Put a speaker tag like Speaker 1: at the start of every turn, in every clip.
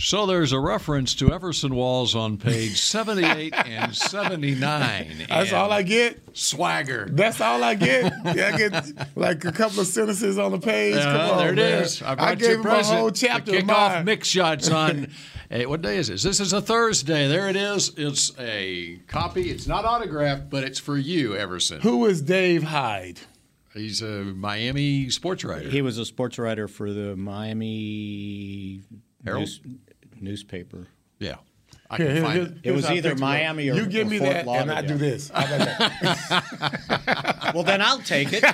Speaker 1: So there's a reference to Everson Walls on page 78 and 79.
Speaker 2: That's
Speaker 1: And
Speaker 2: all I get.
Speaker 1: Swagger.
Speaker 2: That's all I get. Yeah, I get like a couple of sentences on the page.
Speaker 1: Uh,
Speaker 3: Uh-huh,
Speaker 2: Come on,
Speaker 1: there it
Speaker 2: man.
Speaker 1: is.
Speaker 2: I,
Speaker 1: brought you
Speaker 2: gave him a whole
Speaker 1: present to
Speaker 2: chapter
Speaker 1: Kick
Speaker 2: of
Speaker 1: off
Speaker 2: mine.
Speaker 1: mix shots on. eh, what day is this? This is a Thursday. There it is. It's a copy. It's not autographed, but it's for you, Everson.
Speaker 2: Who is Dave Hyde?
Speaker 1: He's a Miami sports writer.
Speaker 3: He was a sports writer for the Miami
Speaker 1: Herald?
Speaker 3: news- newspaper.
Speaker 1: yeah. I
Speaker 2: Here,
Speaker 1: can
Speaker 2: here,
Speaker 1: find
Speaker 2: here-
Speaker 1: it.
Speaker 3: It
Speaker 2: here's
Speaker 3: was
Speaker 2: how I
Speaker 3: either
Speaker 2: picture it.
Speaker 3: Miami or-
Speaker 2: you give
Speaker 3: or
Speaker 2: me
Speaker 3: Fort
Speaker 2: that, and I
Speaker 3: Lauderdale.
Speaker 2: do this. How about that?
Speaker 3: Well, then I'll take it.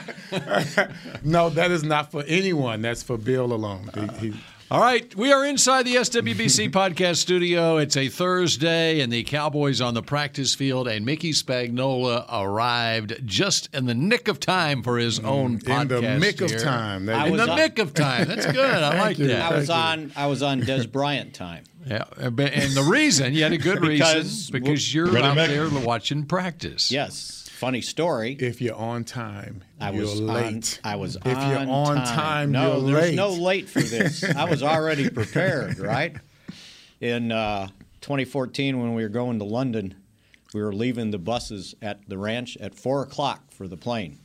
Speaker 2: no, that is not for anyone. That's for Bill alone. He- he-
Speaker 1: All right, we are inside the SWBC podcast studio. It's a Thursday, and the Cowboys on the practice field, and Mickey Spagnola arrived just in the nick of time for his
Speaker 3: Uh,
Speaker 1: own podcast.
Speaker 2: Mm, in the mick of
Speaker 1: here.
Speaker 2: time.
Speaker 3: I
Speaker 2: That,
Speaker 1: In
Speaker 3: was
Speaker 1: the
Speaker 3: on-
Speaker 1: nick of time. That's good. I like
Speaker 2: you.
Speaker 1: that.
Speaker 3: I was
Speaker 2: Thank
Speaker 3: on. I was on Des Bryant time.
Speaker 1: Yeah, but- and the reason you had a good
Speaker 3: Because-
Speaker 1: reason because you're
Speaker 4: Ready,
Speaker 1: out
Speaker 4: Mick?
Speaker 1: there watching practice.
Speaker 3: Yes. Funny story.
Speaker 2: if you're on time,
Speaker 3: I
Speaker 2: you're
Speaker 3: was
Speaker 2: late.
Speaker 3: On, I was
Speaker 2: If you're on time,
Speaker 3: no,
Speaker 2: you're
Speaker 3: there's
Speaker 2: late.
Speaker 3: no late for this. I was already prepared, right? In uh, 2014, when we were going to London, we were leaving the buses at the ranch at four o'clock for the plane,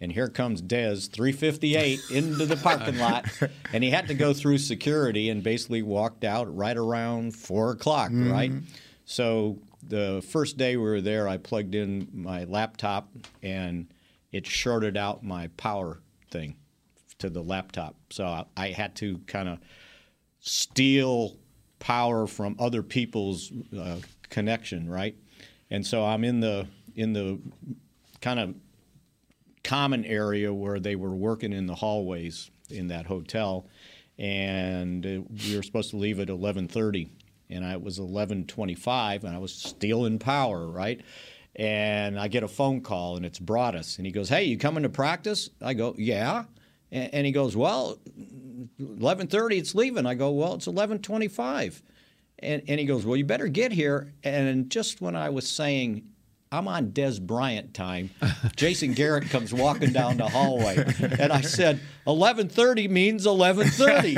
Speaker 3: and here comes Dez, 3:58 into the parking lot, and he had to go through security and basically walked out right around four o'clock, right? So the first day we were there, I plugged in my laptop and it shorted out my power thing to the laptop. So I, I had to kind of steal power from other people's uh, connection, right? And so I'm in the in the kind of common area where they were working in the hallways in that hotel, and uh, we were supposed to leave at 11:30, and I, it was 11:25, and I was stealing power, right? And I get a phone call, and it's Broadus, and he goes, "Hey, you coming to practice?" I go, "Yeah," and, and he goes, "Well, 11:30 it's leaving." I go, "Well, it's 11:25." And, and he goes, Well, you better get here. And just when I was saying, I'm on Des Bryant time, Jason Garrett comes walking down the hallway. And I said, 11.30 means 11.30.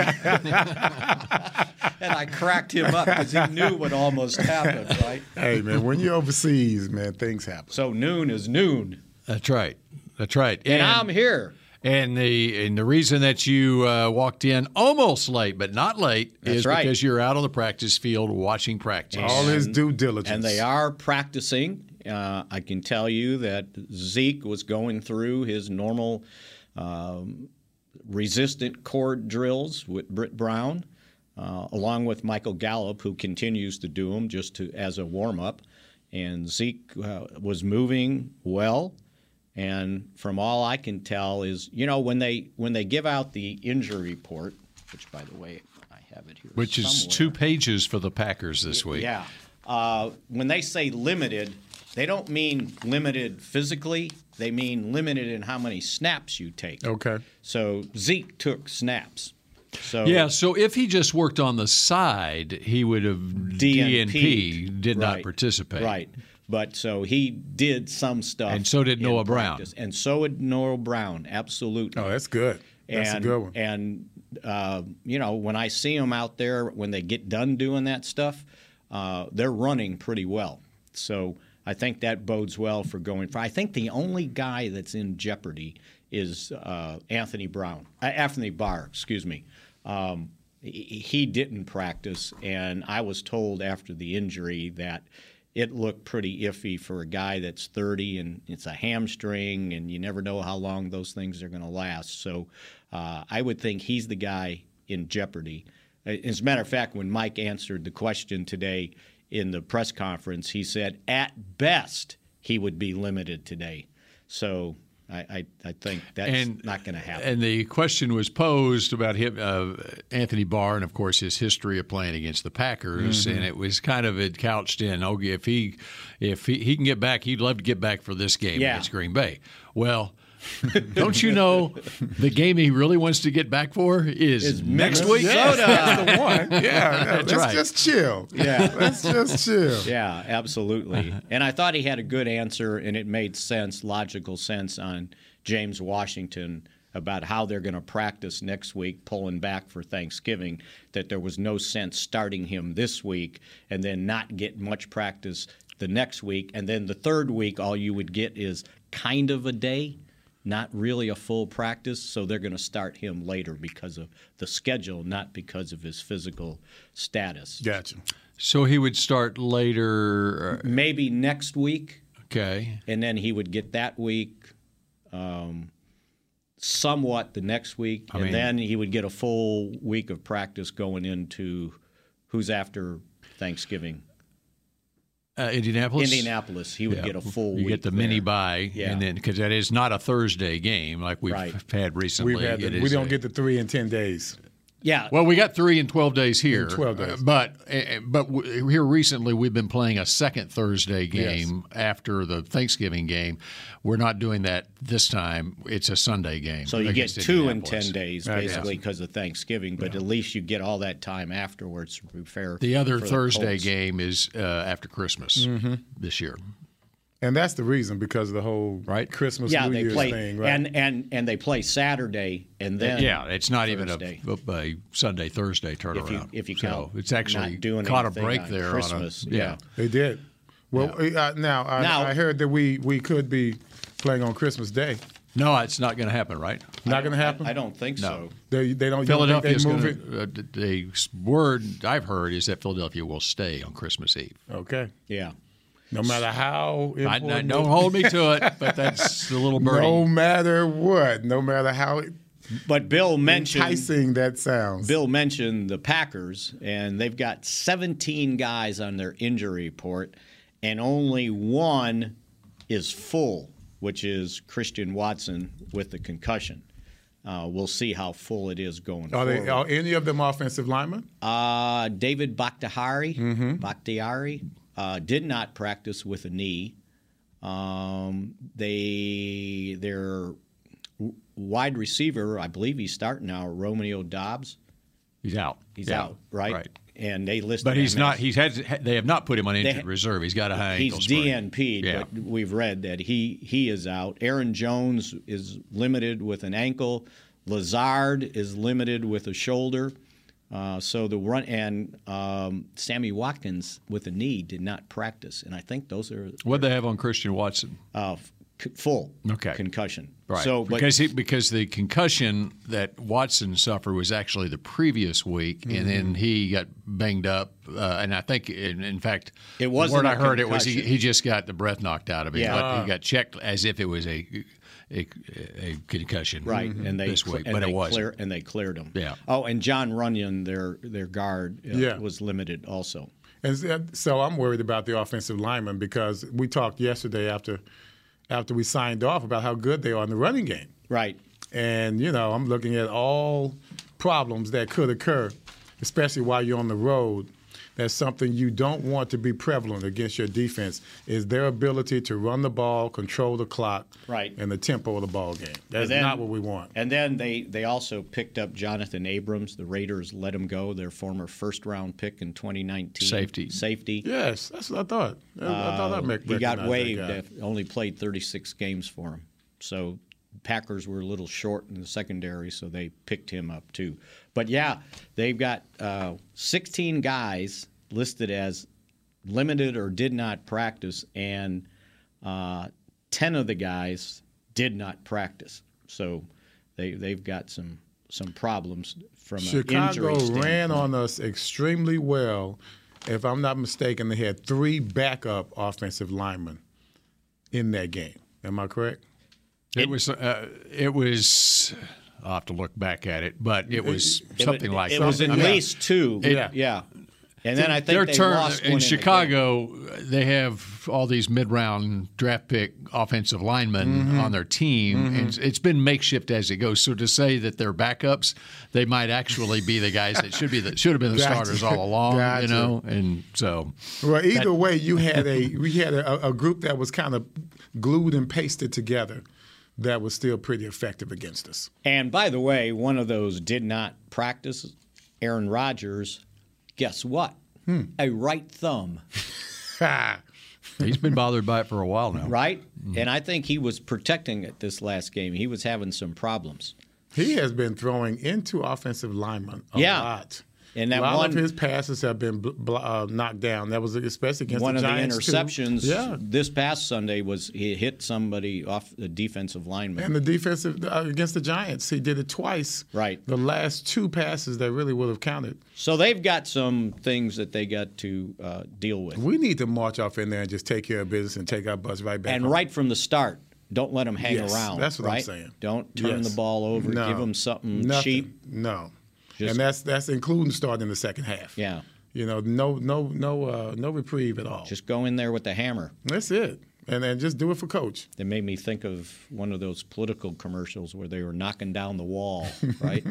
Speaker 3: and I cracked him up because he knew what almost happened, right?
Speaker 2: hey man, when you're overseas, man, things happen.
Speaker 3: So noon is noon.
Speaker 1: that's right. That's right.
Speaker 3: And, I'm here.
Speaker 1: And the and the reason that you uh, walked in almost late, but not late,
Speaker 3: That's
Speaker 1: is
Speaker 3: right.
Speaker 1: because you're out on the practice field watching practice.
Speaker 2: All his due diligence.
Speaker 3: And they are practicing. Uh, I can tell you that Zeke was going through his normal um, resistant chord drills with Britt Brown, uh, along with Michael Gallup, who continues to do them just to, as a warm up. And Zeke uh, was moving well, and from all I can tell is, you know, when they when they give out the injury report, which by the way I have it here,
Speaker 1: which is
Speaker 3: somewhere.
Speaker 1: two pages for the Packers this week.
Speaker 3: Yeah. Uh, when they say limited, they don't mean limited physically. They mean limited in how many snaps you take.
Speaker 2: Okay.
Speaker 3: So Zeke took snaps. So
Speaker 1: Yeah, so if he just worked on the side, he would have
Speaker 3: DNP'd.
Speaker 1: DNP did not
Speaker 3: Right.
Speaker 1: participate.
Speaker 3: Right. But so he did some stuff.
Speaker 1: And so did
Speaker 3: in
Speaker 1: Noah Brown.
Speaker 3: practice. And so did Noah Brown, absolutely.
Speaker 2: Oh, that's good. That's
Speaker 3: and,
Speaker 2: a good one.
Speaker 3: And uh, you know, when I see them out there, when they get done doing that stuff, uh, they're running pretty well. So I think that bodes well for going. For I think the only guy that's in jeopardy is uh, Anthony Brown, uh, Anthony Barr, excuse me. Um, he- he didn't practice, and I was told after the injury that it looked pretty iffy for a guy that's 30 and it's a hamstring, and you never know how long those things are going to last. So uh, I would think he's the guy in jeopardy. As a matter of fact, when Mike answered the question today in the press conference, he said at best he would be limited today. So I, I, I think that's not going to happen.
Speaker 1: And the question was posed about him, uh, Anthony Barr, and of course his history of playing against the Packers, and it was kind of it couched in, oh, if he, if he, he can get back, he'd love to get back for this game
Speaker 3: Yeah.
Speaker 1: against Green Bay. Well. Don't you know the game he really wants to get back for is, next week?
Speaker 2: That's the one. Yeah, yeah, let's
Speaker 1: right.
Speaker 2: just chill.
Speaker 3: Yeah.
Speaker 2: let's just chill.
Speaker 3: Yeah, absolutely. and I thought he had a good answer, and it made sense, logical sense on James Washington about how they're going to practice next week, pulling back for Thanksgiving, that there was no sense starting him this week and then not get much practice the next week. And then the third week, all you would get is kind of a day. Not really a full practice, so they're going to start him later because of the schedule, not because of his physical status.
Speaker 2: Gotcha.
Speaker 1: So he would start later. uh,
Speaker 3: Maybe next week,
Speaker 1: Okay.
Speaker 3: and then he would get that week, um, somewhat the next week, and
Speaker 1: mean-
Speaker 3: then he would get a full week of practice going into who's after Thanksgiving,
Speaker 1: Uh, Indianapolis?
Speaker 3: Indianapolis. He would
Speaker 1: Yeah.
Speaker 3: get a full.
Speaker 1: You
Speaker 3: week
Speaker 1: get the mini
Speaker 3: there.
Speaker 1: buy,
Speaker 3: Yeah.
Speaker 1: and then because that is not a Thursday game like we've
Speaker 3: Right.
Speaker 1: had recently.
Speaker 2: We've had
Speaker 1: It
Speaker 2: the,
Speaker 1: is
Speaker 2: we
Speaker 1: a-
Speaker 2: don't get the three in ten days.
Speaker 3: Yeah.
Speaker 1: Well, we got three in twelve days here.
Speaker 2: 12 days.
Speaker 1: uh, but uh, but w- here recently we've been playing a second Thursday game after the Thanksgiving game. We're not doing that this time. It's a Sunday game.
Speaker 3: so you get
Speaker 1: against
Speaker 3: two in
Speaker 1: Indianapolis.
Speaker 3: ten days, basically, because of Thanksgiving. But at least you get all that time afterwards to prepare.
Speaker 1: The other
Speaker 3: for
Speaker 1: Thursday
Speaker 3: Colts.
Speaker 1: game is uh, after Christmas this year.
Speaker 2: And that's the reason because of the whole
Speaker 1: Right.
Speaker 2: Christmas
Speaker 3: Yeah,
Speaker 2: New
Speaker 3: they
Speaker 2: Year's
Speaker 3: play,
Speaker 2: thing, right?
Speaker 3: and and and they play Saturday, and then
Speaker 1: yeah, it's not
Speaker 3: Thursday.
Speaker 1: even a, a Sunday Thursday turnaround.
Speaker 3: if you if you
Speaker 1: So
Speaker 3: count,
Speaker 1: it's actually
Speaker 3: not doing
Speaker 1: caught a
Speaker 3: anything
Speaker 1: break
Speaker 3: on
Speaker 1: there. on a-
Speaker 3: Christmas,
Speaker 1: yeah.
Speaker 2: they did. Well, uh, now, I,
Speaker 3: Now-
Speaker 2: I heard that we we could be playing on Christmas Day.
Speaker 1: No, it's not going to happen, right?
Speaker 2: Not going to happen.
Speaker 3: I don't think so.
Speaker 2: They, they don't. you don't think
Speaker 1: Philadelphia's
Speaker 2: they
Speaker 1: going
Speaker 2: move it.
Speaker 1: to. Uh, the- the word I've heard is that Philadelphia will stay on Christmas Eve.
Speaker 2: Okay.
Speaker 3: Yeah.
Speaker 2: No matter how.
Speaker 1: I, I-
Speaker 2: important
Speaker 1: don't
Speaker 2: it-
Speaker 1: hold me to it, but that's the little birdie.
Speaker 2: No matter what, no matter how
Speaker 1: Mm.
Speaker 3: But Bill mentioned
Speaker 2: enticing that sounds.
Speaker 3: Bill mentioned the Packers, and they've got 17 guys on their injury report, and only one is full, which is Christian Watson with the concussion. Uh, we'll see how full it is going
Speaker 2: Are
Speaker 3: forward.
Speaker 2: they? Are any of them offensive linemen?
Speaker 3: Uh, David Bakhtiari,
Speaker 2: Mm-hmm.
Speaker 3: Bakhtiari uh, did not practice with a knee. Um, they their w- wide receiver, I believe he's starting now, Romeo Dobbs.
Speaker 1: He's out.
Speaker 3: He's
Speaker 1: Yeah,
Speaker 3: out, right? And they listed,
Speaker 1: But he's
Speaker 3: him
Speaker 1: not.
Speaker 3: as-
Speaker 1: He's had. They have not put him on injured
Speaker 3: ha-
Speaker 1: reserve. He's got a high
Speaker 3: he's
Speaker 1: ankle sprain.
Speaker 3: DNP'd,
Speaker 1: Yeah.
Speaker 3: but we've read that he he is out. Aaron Jones is limited with an ankle. Lazard is limited with a shoulder. Uh, so the run and um, Sammy Watkins with a knee did not practice, and I think those are
Speaker 1: What they have on Christian Watson?
Speaker 3: uh, f- c- full
Speaker 1: Okay.
Speaker 3: concussion.
Speaker 1: Right.
Speaker 3: So, but
Speaker 1: because he, because the concussion that Watson suffered was actually the previous week, and
Speaker 3: Mm-hmm.
Speaker 1: then he got banged up. Uh, and I think, in, in fact,
Speaker 3: It
Speaker 1: the
Speaker 3: wasn't
Speaker 1: word
Speaker 3: a
Speaker 1: I heard it was he,
Speaker 3: concussion.
Speaker 1: he just got the breath knocked out of him.
Speaker 3: Yeah.
Speaker 1: But he got checked as if it was a a, a concussion.
Speaker 3: right, and they
Speaker 1: Mm-hmm. this
Speaker 3: cl-
Speaker 1: week,
Speaker 3: and
Speaker 1: but
Speaker 3: they
Speaker 1: it was.
Speaker 3: clear, and they cleared him.
Speaker 1: Yeah.
Speaker 3: Oh, and John Runyon, their their guard, uh,
Speaker 2: Yeah.
Speaker 3: was limited also.
Speaker 2: And so- so I'm worried about the offensive linemen because we talked yesterday after after we signed off about how good they are in the running game.
Speaker 3: Right.
Speaker 2: And you know, I'm looking at all problems that could occur, especially while you're on the road. That's something you don't want to be prevalent against your defense is their ability to run the ball, control the clock,
Speaker 3: Right.
Speaker 2: and the tempo of the ball game. That's
Speaker 3: And then-
Speaker 2: not what we want.
Speaker 3: And then they, they also picked up Jonathan Abrams. The Raiders let him go, their former first round pick in 2019.
Speaker 1: Safety.
Speaker 3: Safety.
Speaker 2: Yes, that's what I thought. I, I thought I make
Speaker 3: He Uh,
Speaker 2: recognize
Speaker 3: got
Speaker 2: that
Speaker 3: waived.
Speaker 2: guy.
Speaker 3: af- Only played 36 games for him. So Packers were a little short in the secondary, so they picked him up too. But yeah, they've got uh, 16 guys listed as limited or did not practice, and uh, 10 of the guys did not practice. So they they've got some some problems from an
Speaker 2: Chicago
Speaker 3: injury standpoint.
Speaker 2: ran on us extremely well. If I'm not mistaken, they had three backup offensive linemen in that game. Am I correct?
Speaker 1: It, was. Uh, it was. I'll have to look back at it, but it was
Speaker 3: It
Speaker 1: something
Speaker 3: was-
Speaker 1: like
Speaker 3: it was at
Speaker 1: I mean,
Speaker 3: least two.
Speaker 2: Yeah.
Speaker 3: yeah. And then I think
Speaker 1: their
Speaker 3: they
Speaker 1: turn
Speaker 3: lost one
Speaker 1: in
Speaker 3: the game.
Speaker 1: Chicago. They have all these mid-round draft pick offensive linemen
Speaker 3: Mm-hmm.
Speaker 1: on their team, and it's- it's been makeshift as it goes. So to say that they're backups, they might actually be the guys that should be the should have been the
Speaker 2: Gotcha.
Speaker 1: starters all along.
Speaker 2: Gotcha.
Speaker 1: You know, and so
Speaker 2: Well, either way, you had a we had a, a group that was kind of glued and pasted together, that was still pretty effective against us.
Speaker 3: And by the way, one of those did not practice. Aaron Rodgers, guess what?
Speaker 1: Hmm.
Speaker 3: A right thumb,
Speaker 2: Ha!
Speaker 1: he's been bothered by it for a while now.
Speaker 3: right?
Speaker 1: Hmm.
Speaker 3: And I think he was protecting it this last game. He was having some problems.
Speaker 2: He has been throwing into offensive linemen a
Speaker 3: Yeah.
Speaker 2: lot.
Speaker 3: And that
Speaker 2: a lot of
Speaker 3: one-
Speaker 2: his passes have been bl- bl- uh, knocked down. That was especially against
Speaker 3: one
Speaker 2: the
Speaker 3: of the
Speaker 2: Giants too.
Speaker 3: interceptions
Speaker 2: Yeah,
Speaker 3: this past Sunday was he hit somebody off the defensive lineman.
Speaker 2: and the defensive uh, against the Giants, he did it twice.
Speaker 3: Right.
Speaker 2: The last two passes that really would have counted.
Speaker 3: so they've got some things that they got to uh, deal with.
Speaker 2: We need to march off in there and just take care of business and take our butts right back.
Speaker 3: and
Speaker 2: home.
Speaker 3: right from the start, don't let them hang
Speaker 2: Yes,
Speaker 3: around.
Speaker 2: That's what I'm
Speaker 3: right?
Speaker 2: saying.
Speaker 3: Don't turn
Speaker 2: Yes.
Speaker 3: the ball over.
Speaker 2: No.
Speaker 3: Give them something
Speaker 2: Nothing.
Speaker 3: cheap.
Speaker 2: No.
Speaker 3: Just-
Speaker 2: and that's that's including starting the second half.
Speaker 3: Yeah.
Speaker 2: You know, no no no uh, no reprieve at all.
Speaker 3: Just go in there with the hammer.
Speaker 2: that's it. And then just do it for coach.
Speaker 3: That made me think of one of those political commercials where they were knocking down the wall, right?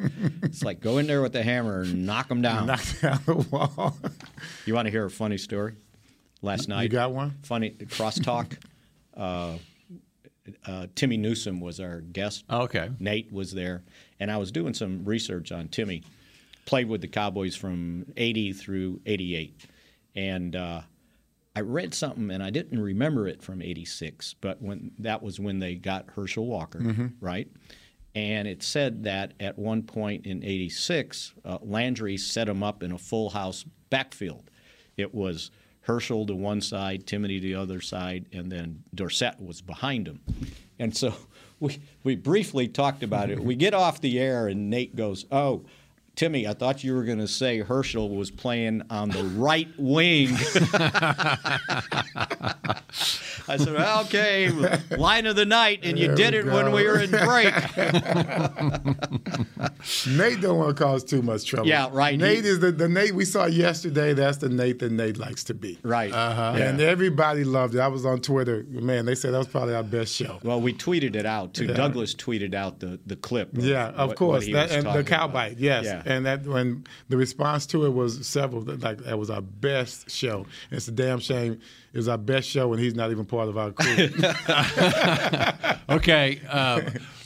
Speaker 3: it's like go in there with the hammer and knock them down.
Speaker 2: Knock down the wall.
Speaker 3: You want to hear a funny story? Last night,
Speaker 2: got one?
Speaker 3: Funny crosstalk. uh, uh, Timmy Newsom was our guest.
Speaker 2: Oh,
Speaker 1: Okay.
Speaker 3: Nate was there, and I was doing some research on Timmy. Played with the Cowboys from '80 through '88, and uh, I read something, and I didn't remember it from '86, but when that was when they got Herschel Walker, right? And it said that at one point in '86, uh, Landry set him up in a full house backfield. It was Herschel to one side, Timothy to the other side, and then Dorset was behind him. And so we, we briefly talked about it. We get off the air, and Nate goes, Oh, Timmy, I thought you were going to say Herschel was playing on the right wing. I said, "Well, Okay, line of the night, and you
Speaker 2: There
Speaker 3: did
Speaker 2: we
Speaker 3: it when we
Speaker 2: go.
Speaker 3: were in break.
Speaker 2: Nate don't want to cause too much trouble.
Speaker 3: Yeah, right.
Speaker 2: Nate
Speaker 3: He-
Speaker 2: is the, the Nate we saw yesterday. That's the Nate that Nate likes to be.
Speaker 3: Right. Uh-huh.
Speaker 2: And everybody loved it. I was on Twitter. Man, they said that was probably our best show.
Speaker 3: Well, we tweeted it out too. Douglas tweeted out the, the clip. Of
Speaker 2: Yeah,
Speaker 3: what-
Speaker 2: of
Speaker 3: what
Speaker 2: course.
Speaker 3: he
Speaker 2: That,
Speaker 3: was
Speaker 2: and the
Speaker 3: talking
Speaker 2: cow
Speaker 3: about.
Speaker 2: bite, yes.
Speaker 3: Yeah.
Speaker 2: And that when the response to it was several. that, Like that was our best show. It's a damn shame. It was our best show, and he's not even part of our crew.
Speaker 1: Okay, uh,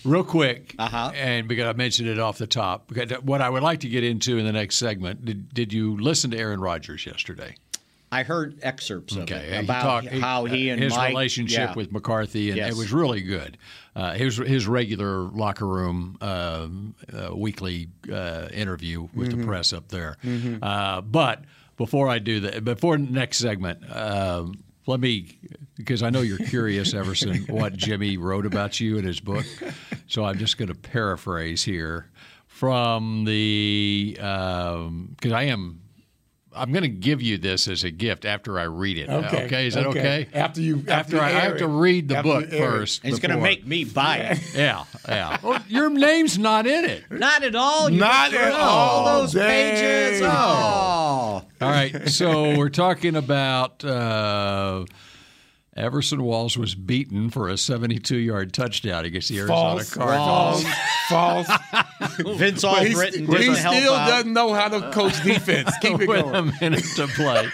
Speaker 1: real quick,
Speaker 3: Uh-huh.
Speaker 1: and because I mentioned it off the top, because what I would like to get into in the next segment, did, did you listen to Aaron Rodgers yesterday?
Speaker 3: I heard excerpts of
Speaker 1: Okay,
Speaker 3: it
Speaker 1: he
Speaker 3: about
Speaker 1: talked-
Speaker 3: how he and
Speaker 1: his
Speaker 3: Mike-
Speaker 1: relationship
Speaker 3: yeah.
Speaker 1: with McCarthy, and
Speaker 3: Yes.
Speaker 1: it was really good. Uh, his his regular locker room um, uh, weekly uh, interview with
Speaker 3: Mm-hmm.
Speaker 1: the press up there. Uh, but before I do that, before next segment. Um, let me, because I know you're curious, Everson, what Jimmy wrote about you in his book. So I'm just going to paraphrase here from the, because I am, I'm going to give you this as a gift after I read it. Okay. Is that okay?
Speaker 2: After you,
Speaker 1: After,
Speaker 2: after, you
Speaker 1: I, I
Speaker 2: air
Speaker 1: have to
Speaker 2: it.
Speaker 1: read the
Speaker 2: After
Speaker 1: book
Speaker 2: you air it.
Speaker 1: first.
Speaker 3: He's going to
Speaker 1: before-
Speaker 3: make me buy it.
Speaker 1: Yeah, yeah. Well, your name's not in it.
Speaker 3: Not at all. You
Speaker 2: Not
Speaker 3: went
Speaker 2: at
Speaker 3: through
Speaker 2: all.
Speaker 3: All those
Speaker 2: Dang.
Speaker 3: pages. Oh.
Speaker 1: All right. So we're talking about uh, Everson Walls was beaten for a 72 yard touchdown against the Arizona
Speaker 2: False,
Speaker 1: Cardinals.
Speaker 2: false, false.
Speaker 3: Vince
Speaker 2: But he
Speaker 3: Allbritton
Speaker 2: st- he
Speaker 3: didn't help
Speaker 2: still
Speaker 3: out.
Speaker 2: doesn't know how
Speaker 1: Uh,
Speaker 2: to coach defense. Keep it
Speaker 1: with
Speaker 2: going.
Speaker 1: a minute to play.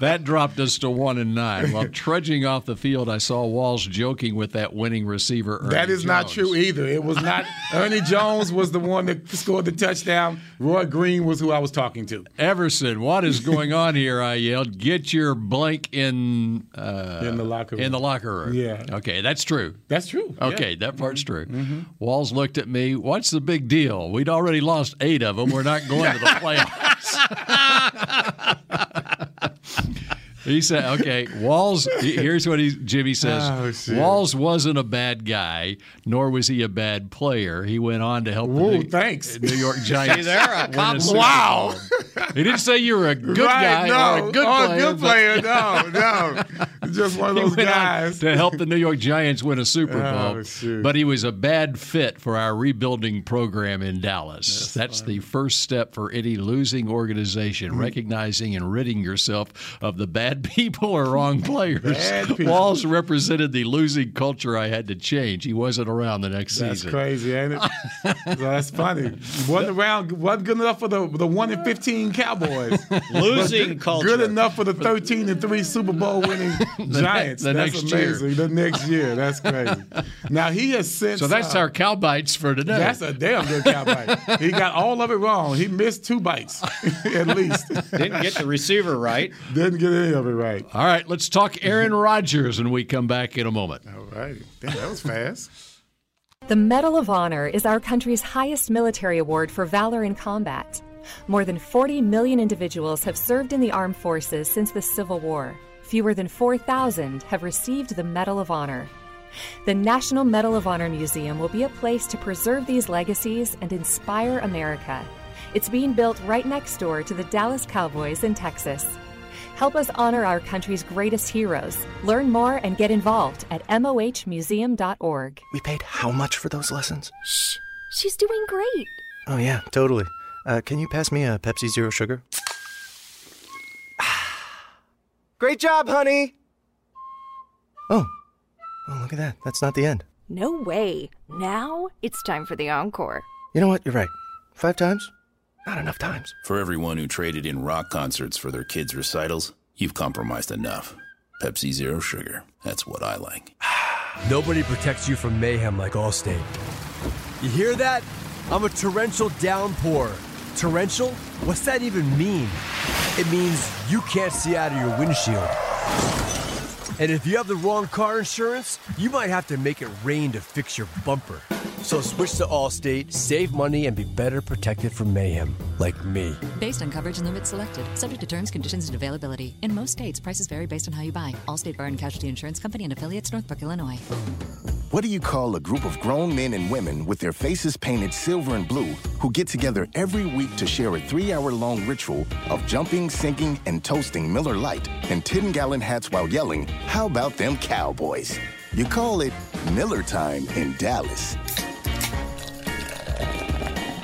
Speaker 1: That dropped us to one and nine. While trudging off the field, I saw Walls joking with that winning receiver. Ernie
Speaker 2: That is not
Speaker 1: Jones.
Speaker 2: true either. It was not. Ernie Jones was the one that scored the touchdown. Roy Green was who I was talking to.
Speaker 1: Everson, what is going on here? I yelled. Get your blank in uh,
Speaker 2: In the locker room.
Speaker 1: In the locker room.
Speaker 2: Yeah.
Speaker 1: Okay, that's true.
Speaker 2: That's true. yeah. Mm-hmm.
Speaker 1: Okay, that part's true. Walls looked at me. What's the big deal? We'd already lost eight of them. We're not going to the playoffs. He said, "Okay, Walls. he- Here's what he, Jimmy says.
Speaker 2: Oh, shit.
Speaker 1: Walls wasn't a bad guy, nor was he a bad player. He went on to help
Speaker 2: Whoa,
Speaker 1: the New,
Speaker 2: thanks.
Speaker 1: New York Giants.
Speaker 3: See there, I
Speaker 1: win a
Speaker 3: cop-
Speaker 1: Super
Speaker 2: Wow.
Speaker 1: Bowl. He didn't say you were a good
Speaker 2: right,
Speaker 1: guy
Speaker 2: no,
Speaker 1: or a good
Speaker 2: or
Speaker 1: player.
Speaker 2: a good
Speaker 1: but
Speaker 2: player. No, no, just one of
Speaker 1: he
Speaker 2: those
Speaker 1: went on
Speaker 2: guys.
Speaker 1: to help the New York Giants win a Super
Speaker 2: Oh,
Speaker 1: Bowl,
Speaker 2: shoot.
Speaker 1: but he was a bad fit for our rebuilding program in Dallas. That's, the first step for any losing
Speaker 2: Hmm.
Speaker 1: organization, recognizing and ridding yourself of the bad people or wrong players.
Speaker 2: Bad people.
Speaker 1: Walls represented the losing culture I had to change. He wasn't around the next
Speaker 2: That's
Speaker 1: season.
Speaker 2: crazy, ain't it? So that's funny. wasn't around, wasn't good enough for the the one and fifteen Cowboys.
Speaker 3: Losing culture.
Speaker 2: Good enough for the thirteen and three Super Bowl winning Giants.
Speaker 1: the
Speaker 2: that's
Speaker 1: next year.
Speaker 2: amazing. The next year, that's crazy. Now he has since.
Speaker 1: So that's
Speaker 2: uh,
Speaker 1: our cow bites for today.
Speaker 2: That's a damn good cow bite. he got all of it wrong. He missed two bites, at least.
Speaker 3: Didn't get the receiver right.
Speaker 2: Didn't get any of it right.
Speaker 1: All right, let's talk Aaron Rodgers when we come back in a moment.
Speaker 2: All right. Damn, that was fast.
Speaker 4: The Medal of Honor is our country's highest military award for valor in combat. More than 40 million individuals have served in the armed forces since the Civil War. Fewer than 4,000 have received the Medal of Honor. The National Medal of Honor Museum will be a place to preserve these legacies and inspire America. It's being built right next door to the Dallas Cowboys in Texas. Help us honor our country's greatest heroes. Learn more and get involved at mohmuseum.org.
Speaker 5: We paid how much for those lessons?
Speaker 6: She's doing great.
Speaker 5: Oh, yeah, totally. Uh, can you pass me a Pepsi Zero Sugar? Great job, honey! Oh. Oh, look at that. That's not the end.
Speaker 6: No way. Now it's time for the encore.
Speaker 5: You know what? You're right. Five times? Not enough times.
Speaker 7: For everyone who traded in rock concerts for their kids' recitals, you've compromised enough. Pepsi Zero Sugar. That's what I like.
Speaker 8: Nobody protects you from mayhem like Allstate. You hear that? I'm a torrential downpour. Torrential? What's that even mean? It means you can't see out of your windshield. And if you have the wrong car insurance, you might have to make it rain to fix your bumper. So switch to Allstate, save money, and be better protected from mayhem, like me.
Speaker 9: Based on coverage and limits selected, subject to terms, conditions, and availability. In most states, prices vary based on how you buy. Allstate Bar and Casualty Insurance Company and affiliates, Northbrook, Illinois.
Speaker 8: What do you call a group of grown men and women with their faces painted silver and blue who get together every week to share a three hour long ritual of jumping, singing, and toasting Miller Lite in 10 gallon hats while yelling, How about them cowboys? You call it Miller Time in Dallas.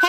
Speaker 6: Hey,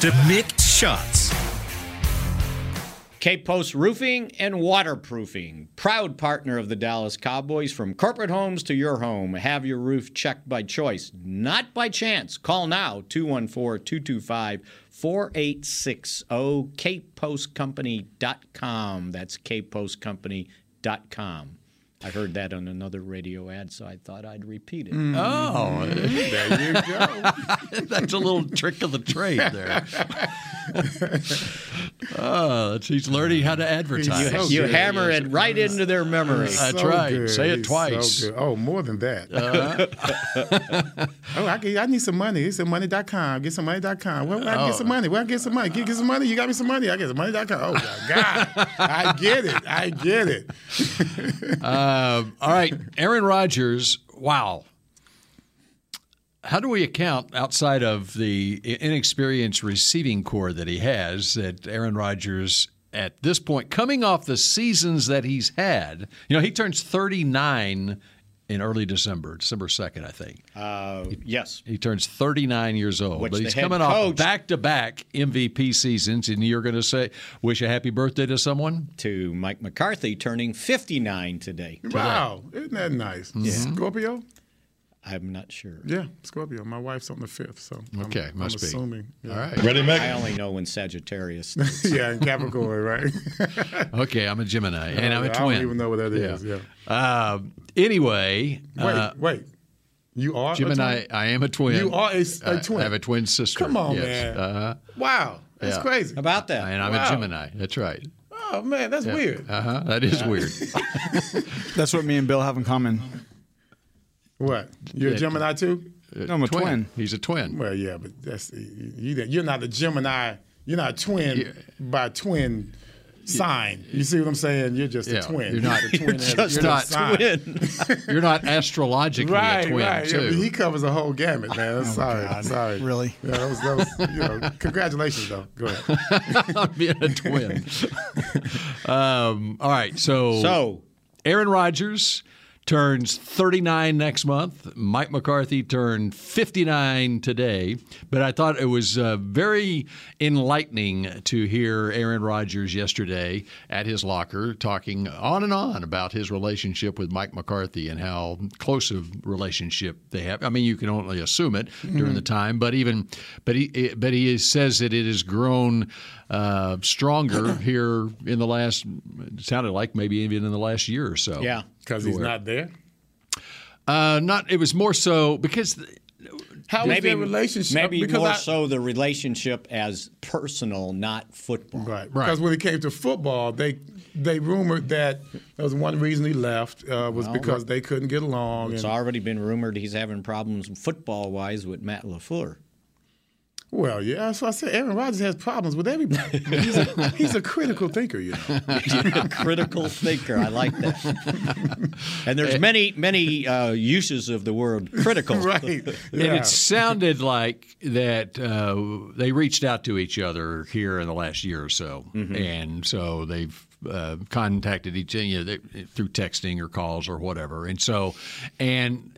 Speaker 10: To mixed shots.
Speaker 3: Cape Post Roofing and Waterproofing, proud partner of the Dallas Cowboys from corporate homes to your home. Have your roof checked by choice, not by chance. Call now 214 225 4860, capepostcompany.com. That's capepostcompany.com. I heard that on another radio ad, so I thought I'd repeat it.
Speaker 1: Mm.
Speaker 2: There you go.
Speaker 1: That's a little trick of the trade there. oh, that's- he's learning how to advertise.
Speaker 2: so
Speaker 3: you
Speaker 2: good.
Speaker 3: hammer it right into their memory.
Speaker 2: Uh,
Speaker 1: That's right. Say it
Speaker 2: He's
Speaker 1: twice. Uh-huh.
Speaker 2: So good. Oh, more than that. oh, I, can, I need some money. It's some money.com. Get some money.com. Where, where I get
Speaker 1: Oh.
Speaker 2: some money? Where I get some money? Get, get some money. You got me some money. I get some money.com. Oh, my God. I get it. I get it.
Speaker 1: Um, all right, Aaron Rodgers. Wow. How do we account outside of the i- inexperienced receiving core that he has that Aaron Rodgers at this point, coming off the seasons that he's had, you know, he turns 39 in early December, December 2nd, I think.
Speaker 3: Uh, yes.
Speaker 1: He turns 39 years old,
Speaker 3: Which
Speaker 1: but
Speaker 3: the
Speaker 1: he's
Speaker 3: head
Speaker 1: coming off
Speaker 3: coach-
Speaker 1: back-to-back MVP seasons, and you're going to say, "Wish a happy birthday to someone."
Speaker 3: To Mike McCarthy turning 59 today.
Speaker 2: Wow. Isn't that nice? Scorpio?
Speaker 3: I'm not sure.
Speaker 2: Yeah, Scorpio. My wife's on the fifth, so I'm-
Speaker 3: Okay,
Speaker 2: I'm,
Speaker 3: must be.
Speaker 2: assuming. yeah.
Speaker 3: I only know when Sagittarius.
Speaker 2: yeah, in Capricorn, right?
Speaker 1: Okay, I'm a Gemini,
Speaker 2: No,
Speaker 1: and I'm
Speaker 2: I
Speaker 1: a
Speaker 2: don't
Speaker 1: twin.
Speaker 2: even know what that is,
Speaker 1: Uh, anyway,
Speaker 2: Wait,
Speaker 1: uh,
Speaker 2: wait. You are a
Speaker 1: Gemini.
Speaker 2: twin?
Speaker 1: I am a twin.
Speaker 2: You are a s- a
Speaker 1: I-
Speaker 2: twin.
Speaker 1: I have a twin sister.
Speaker 2: Come on,
Speaker 1: yes.
Speaker 2: man.
Speaker 1: Uh,
Speaker 2: Wow, that's
Speaker 1: yeah.
Speaker 2: crazy.
Speaker 3: About that.
Speaker 1: And I'm
Speaker 2: Wow.
Speaker 1: a Gemini. That's right.
Speaker 2: Oh man, that's weird.
Speaker 1: Uh huh. That is weird.
Speaker 11: That's what me and Bill have in common.
Speaker 2: What? You're a
Speaker 11: Yeah.
Speaker 2: Gemini too?
Speaker 1: Uh,
Speaker 11: No, I'm a twin. twin.
Speaker 1: He's a twin.
Speaker 2: Well, yeah, but that's you. You're not a Gemini. You're not a twin by twin sign. You see what I'm saying? You're just
Speaker 1: Yeah,
Speaker 2: a twin.
Speaker 1: you're not-
Speaker 2: a twin
Speaker 1: you're
Speaker 2: as-
Speaker 1: just
Speaker 2: you're
Speaker 1: not
Speaker 2: a sign.
Speaker 1: You're not astrologically
Speaker 2: right,
Speaker 1: a twin,
Speaker 2: right. Yeah,
Speaker 1: too.
Speaker 2: but he covers a whole gamut, man. I'm sorry, I'm sorry. Really? Yeah, that was, that was, you know, congratulations, though. Go ahead.
Speaker 1: I'm being a twin. um, all right, so
Speaker 2: So.
Speaker 1: Aaron Rodgers turns 39 next month. Mike McCarthy turned 59 today. But I thought it was uh, very enlightening to hear Aaron Rodgers yesterday at his locker talking on and on about his relationship with Mike McCarthy and how close of relationship they have. I mean, you can only assume it during
Speaker 12: Mhm.
Speaker 1: the time. But even, but he, eh, but he is- says that it has grown uh, stronger here in the last. It sounded like maybe even in the last year or so.
Speaker 2: Yeah. 'Cause he's not there.
Speaker 1: Uh, not. It was more so because.
Speaker 2: How is their relationship?
Speaker 3: Maybe
Speaker 2: Because
Speaker 3: more
Speaker 2: I-
Speaker 3: so the relationship as personal, not football.
Speaker 2: Right. Because when it came to football, they they rumored that that was one reason he left uh, was
Speaker 3: Well,
Speaker 2: because they couldn't get along.
Speaker 3: It's
Speaker 2: and-
Speaker 3: already been rumored he's having problems football wise with Matt LaFleur.
Speaker 2: Well, yeah, that's why I said Aaron Rodgers has problems with everybody. He's a, he's a critical thinker, you know.
Speaker 3: critical thinker. I like that. And
Speaker 1: Eh.
Speaker 3: there's many, many uh, uses of the word critical.
Speaker 2: right.
Speaker 1: And it sounded like that uh, they reached out to each other here in the last year or so, and so they've uh, contacted each you know, they, through texting or calls or whatever. And so, and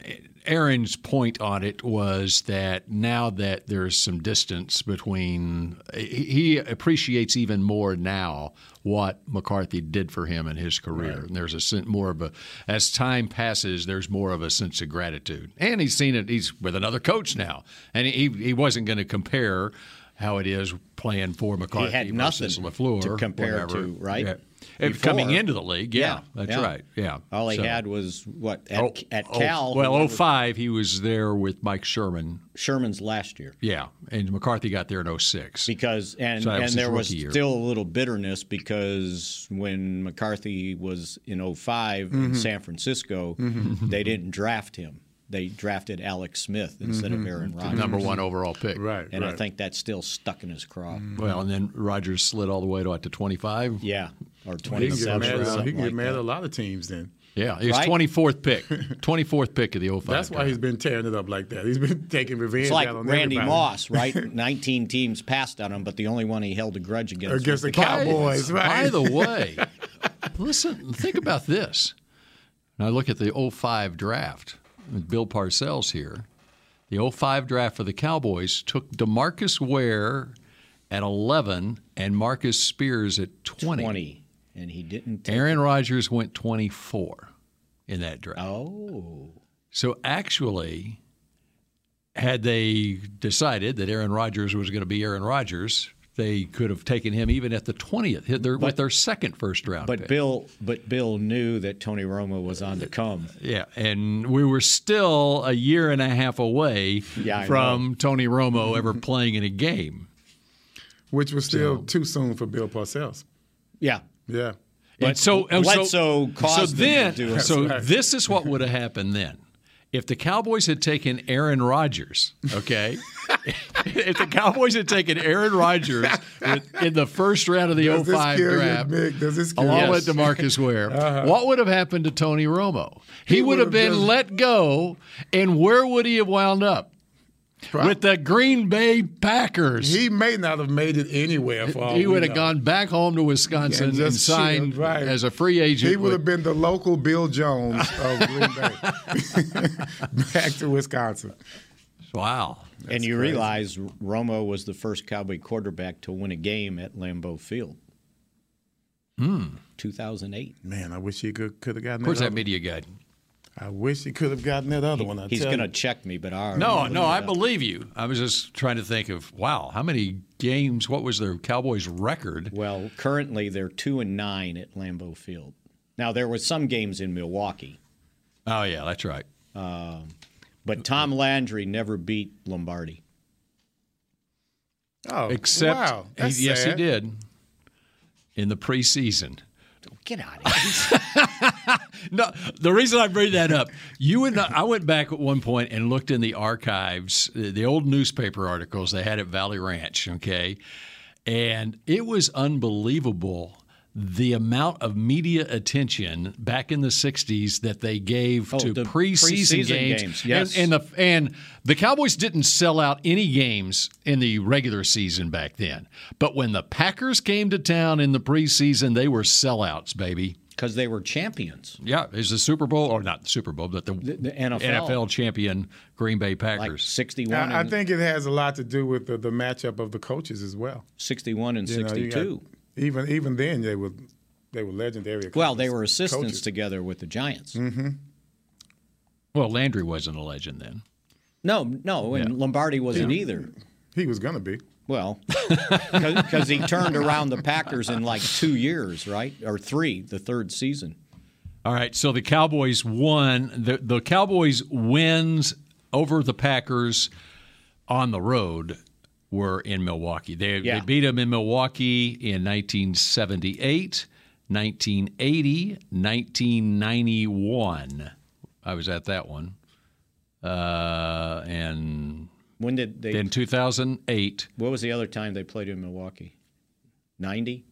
Speaker 1: Aaron's point on it was that now that there's some distance between, he- he appreciates even more now what McCarthy did for him in his career. And there's a sen- more of a, as time passes, there's more of a sense of gratitude. And he's seen it. He's with another coach now, and he he wasn't going to compare how it is playing for McCarthy
Speaker 3: had
Speaker 1: versus
Speaker 3: nothing
Speaker 1: Lafleur
Speaker 3: to compare
Speaker 1: whatever.
Speaker 3: to, right?
Speaker 1: Yeah. If Coming into the league, yeah, that's right. Yeah,
Speaker 3: All he
Speaker 1: So-
Speaker 3: had was what at,
Speaker 1: Oh,
Speaker 3: at
Speaker 1: oh,
Speaker 3: Cal.
Speaker 1: well,
Speaker 3: whoever-
Speaker 1: 05, he was there with Mike Sherman.
Speaker 3: Sherman's last year.
Speaker 1: Yeah, and McCarthy got there in 06.
Speaker 3: Because and,
Speaker 1: So that
Speaker 3: and
Speaker 1: was his
Speaker 3: there was
Speaker 1: rookie year.
Speaker 3: still a little bitterness because when McCarthy was in 5 in
Speaker 2: Mm-hmm.
Speaker 1: Mhm.
Speaker 3: San Francisco,
Speaker 1: Mhm.
Speaker 3: they didn't draft him. They drafted Alex Smith instead
Speaker 2: Mm-hmm.
Speaker 1: Mhm.
Speaker 3: of Aaron
Speaker 1: The
Speaker 3: Rodgers,
Speaker 1: number one overall pick. Right,
Speaker 3: And I
Speaker 1: right.
Speaker 3: think that's still stuck in his craw.
Speaker 2: Mm. Mm-hmm.
Speaker 1: Well, and then Rogers slid all the way to, what, to 25?
Speaker 3: Yeah, or
Speaker 2: he can get mad, at, he can get mad at a lot of teams then.
Speaker 1: Yeah, he was
Speaker 2: Right?
Speaker 1: 24th pick. 24th pick of the 05.
Speaker 2: That's why he's been tearing it up like that. He's been taking revenge
Speaker 3: It's like
Speaker 2: out on
Speaker 3: Randy
Speaker 2: everybody.
Speaker 3: Moss, right? 19 teams passed on him, but the only one he held a grudge against was
Speaker 2: Against the Cowboys, right.
Speaker 1: By the way, listen, think about this. Now look at the 05 draft with Bill Parcells here. The 05 draft for the Cowboys took DeMarcus Ware at 11 and Marcus Spears at 20.
Speaker 3: 20. And he didn't. take
Speaker 1: Aaron
Speaker 3: it.
Speaker 1: Rodgers went 24 in that draft.
Speaker 3: Oh.
Speaker 1: So actually, had they decided that Aaron Rodgers was going to be Aaron Rodgers, they could have taken him even at the 20th hit their, with their second first round
Speaker 3: But
Speaker 1: pick.
Speaker 3: Bill, but Bill knew that Tony Romo was on the come.
Speaker 1: Yeah, and we were still a year and a half away
Speaker 3: Yeah, I
Speaker 1: from Tony Romo ever playing in a game.
Speaker 2: which was still too soon for Bill Parcells.
Speaker 3: Yeah,
Speaker 2: yeah.
Speaker 1: and so, and so, so then, so
Speaker 2: That's right.
Speaker 1: this is what would have happened then. If the Cowboys had taken Aaron Rodgers, okay, if the Cowboys had taken Aaron Rodgers with- in the first round of the
Speaker 3: Oh
Speaker 2: Does this
Speaker 1: 05
Speaker 2: kill you,
Speaker 1: draft,
Speaker 2: Mick? Does this kill
Speaker 1: along
Speaker 2: you?
Speaker 1: with DeMarcus Ware,
Speaker 2: Uh-huh.
Speaker 1: what would have happened to Tony Romo? He,
Speaker 2: He
Speaker 1: would have
Speaker 2: would've
Speaker 1: been
Speaker 2: been-
Speaker 1: let go, and where would he have wound up? With the Green Bay Packers.
Speaker 2: He may not have made it anywhere for all
Speaker 1: he
Speaker 2: we
Speaker 1: would have
Speaker 2: know.
Speaker 1: gone back home to Wisconsin
Speaker 2: And
Speaker 1: and,
Speaker 2: just
Speaker 1: signed
Speaker 2: chill, right.
Speaker 1: as a free agent.
Speaker 2: He would
Speaker 1: with-
Speaker 2: have been the local Bill Jones of Green Bay. Back to Wisconsin.
Speaker 1: Wow.
Speaker 3: and you
Speaker 2: crazy.
Speaker 3: realize Romo was the first Cowboy quarterback to win a game at Lambeau Field. 2008.
Speaker 2: Man, I wish he could could have gotten.
Speaker 1: Where's that
Speaker 2: other-
Speaker 1: media guide?
Speaker 2: I wish he could have gotten that other one. I
Speaker 3: He's
Speaker 2: tell
Speaker 3: going
Speaker 2: you.
Speaker 3: to check me, but I
Speaker 1: No,
Speaker 3: already
Speaker 1: no,
Speaker 3: know
Speaker 1: I
Speaker 3: that.
Speaker 1: believe you. I was just trying to think of wow, how many games? What was their Cowboys record?
Speaker 3: Well, currently they're two and nine at Lambeau Field. Now there was some games in Milwaukee.
Speaker 1: Oh yeah, that's right.
Speaker 3: Um, but Tom Landry never beat Lombardi.
Speaker 2: Oh,
Speaker 1: Except,
Speaker 2: wow,
Speaker 1: he-
Speaker 2: that's
Speaker 1: yes, he
Speaker 2: sad.
Speaker 1: did in the preseason.
Speaker 3: Get out of here.
Speaker 1: No, the reason I bring that up, you and I, I went back at one point and looked in the archives, the the old newspaper articles they had at Valley Ranch, okay? And it was unbelievable the amount of media attention back in the 60s that they gave
Speaker 3: Oh,
Speaker 1: to
Speaker 3: the
Speaker 1: preseason,
Speaker 3: preseason
Speaker 1: games.
Speaker 3: games, yes.
Speaker 1: And, and, the, and the Cowboys didn't sell out any games in the regular season back then. But when the Packers came to town in the preseason, they were sellouts, baby.
Speaker 3: Because they were champions.
Speaker 1: Yeah, is the Super Bowl or not the Super Bowl, but the,
Speaker 3: the NFL.
Speaker 1: champion Green Bay Packers.
Speaker 3: Sixty-one.
Speaker 2: I, I
Speaker 3: and,
Speaker 2: think it has a lot to do with the, the matchup of the coaches as well.
Speaker 3: sixty-one and
Speaker 2: You know, you got-
Speaker 3: sixty-two.
Speaker 2: even even then, they were they were legendary.
Speaker 3: well, they were assistants
Speaker 2: coaches.
Speaker 3: together with the Giants.
Speaker 2: Mm-hmm.
Speaker 1: Well, Landry wasn't a legend then.
Speaker 3: No, no, and Lombardi wasn't either.
Speaker 2: He was going to be.
Speaker 3: Well, because he turned around the Packers in like two years, right? Or three, the third season.
Speaker 1: All right, so the Cowboys won. The, the Cowboys wins over the Packers on the road were in Milwaukee. They,
Speaker 3: Yeah.
Speaker 1: they beat them in Milwaukee in 1978, 1980, 1991. I was at that one. Uh, and
Speaker 3: When did they?
Speaker 1: then 2008.
Speaker 3: What was the other time they played in Milwaukee? 90?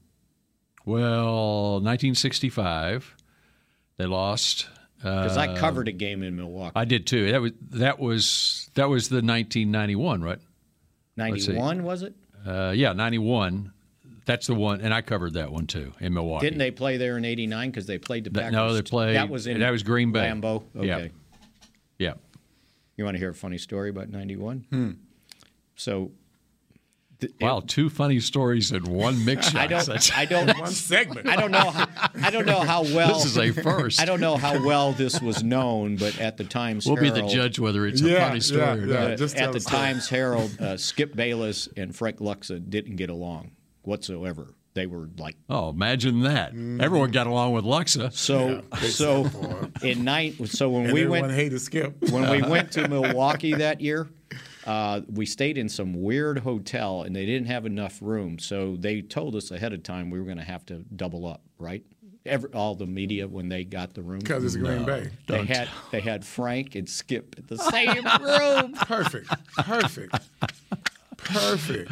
Speaker 1: Well, 1965, they lost.
Speaker 3: Because I covered a game in Milwaukee.
Speaker 1: Uh, I did too. That was that was that was the 1991, right? Let's see.
Speaker 3: 91, was it?
Speaker 1: Uh, yeah, 91. That's the one, and I covered that one too in Milwaukee.
Speaker 3: Didn't they play there in 89 because they played the
Speaker 1: That-
Speaker 3: Packers?
Speaker 1: no, they played-
Speaker 3: That was in
Speaker 1: that was Green Bay.
Speaker 3: Lambeau. Okay.
Speaker 1: Yeah. Yeah.
Speaker 3: You want to hear a funny story about 91?
Speaker 1: Hmm.
Speaker 3: So
Speaker 1: Wow, two funny stories in one mix.
Speaker 3: I
Speaker 1: That's-
Speaker 3: don't. I don't.
Speaker 2: One segment.
Speaker 3: I don't know. How, I don't know how well
Speaker 1: This is a first.
Speaker 3: I don't know how well this was known, but at the Times
Speaker 1: We'll be the
Speaker 3: Herald-
Speaker 1: judge whether it's a Yeah, funny story yeah, or not. yeah,
Speaker 3: But
Speaker 1: just tell
Speaker 3: at the
Speaker 1: the story.
Speaker 3: Times Herald, uh, Skip Bayless and Frank Luxa didn't get along whatsoever. They were like
Speaker 1: Oh, imagine that! Everyone got along with Luxa.
Speaker 3: so. so in night. So when
Speaker 2: And
Speaker 3: we
Speaker 2: everyone
Speaker 3: went
Speaker 2: hated Skip.
Speaker 3: when we went to Milwaukee that year, uh, we stayed in some weird hotel and they didn't have enough room. So they told us ahead of time we were going to have to double up, right? Every, all the media when they got the room
Speaker 2: 'Cause it's Green No, Bay.
Speaker 3: They
Speaker 2: don't.
Speaker 3: had they had Frank and Skip at the same.
Speaker 9: Same room.
Speaker 2: Perfect. Perfect. Perfect.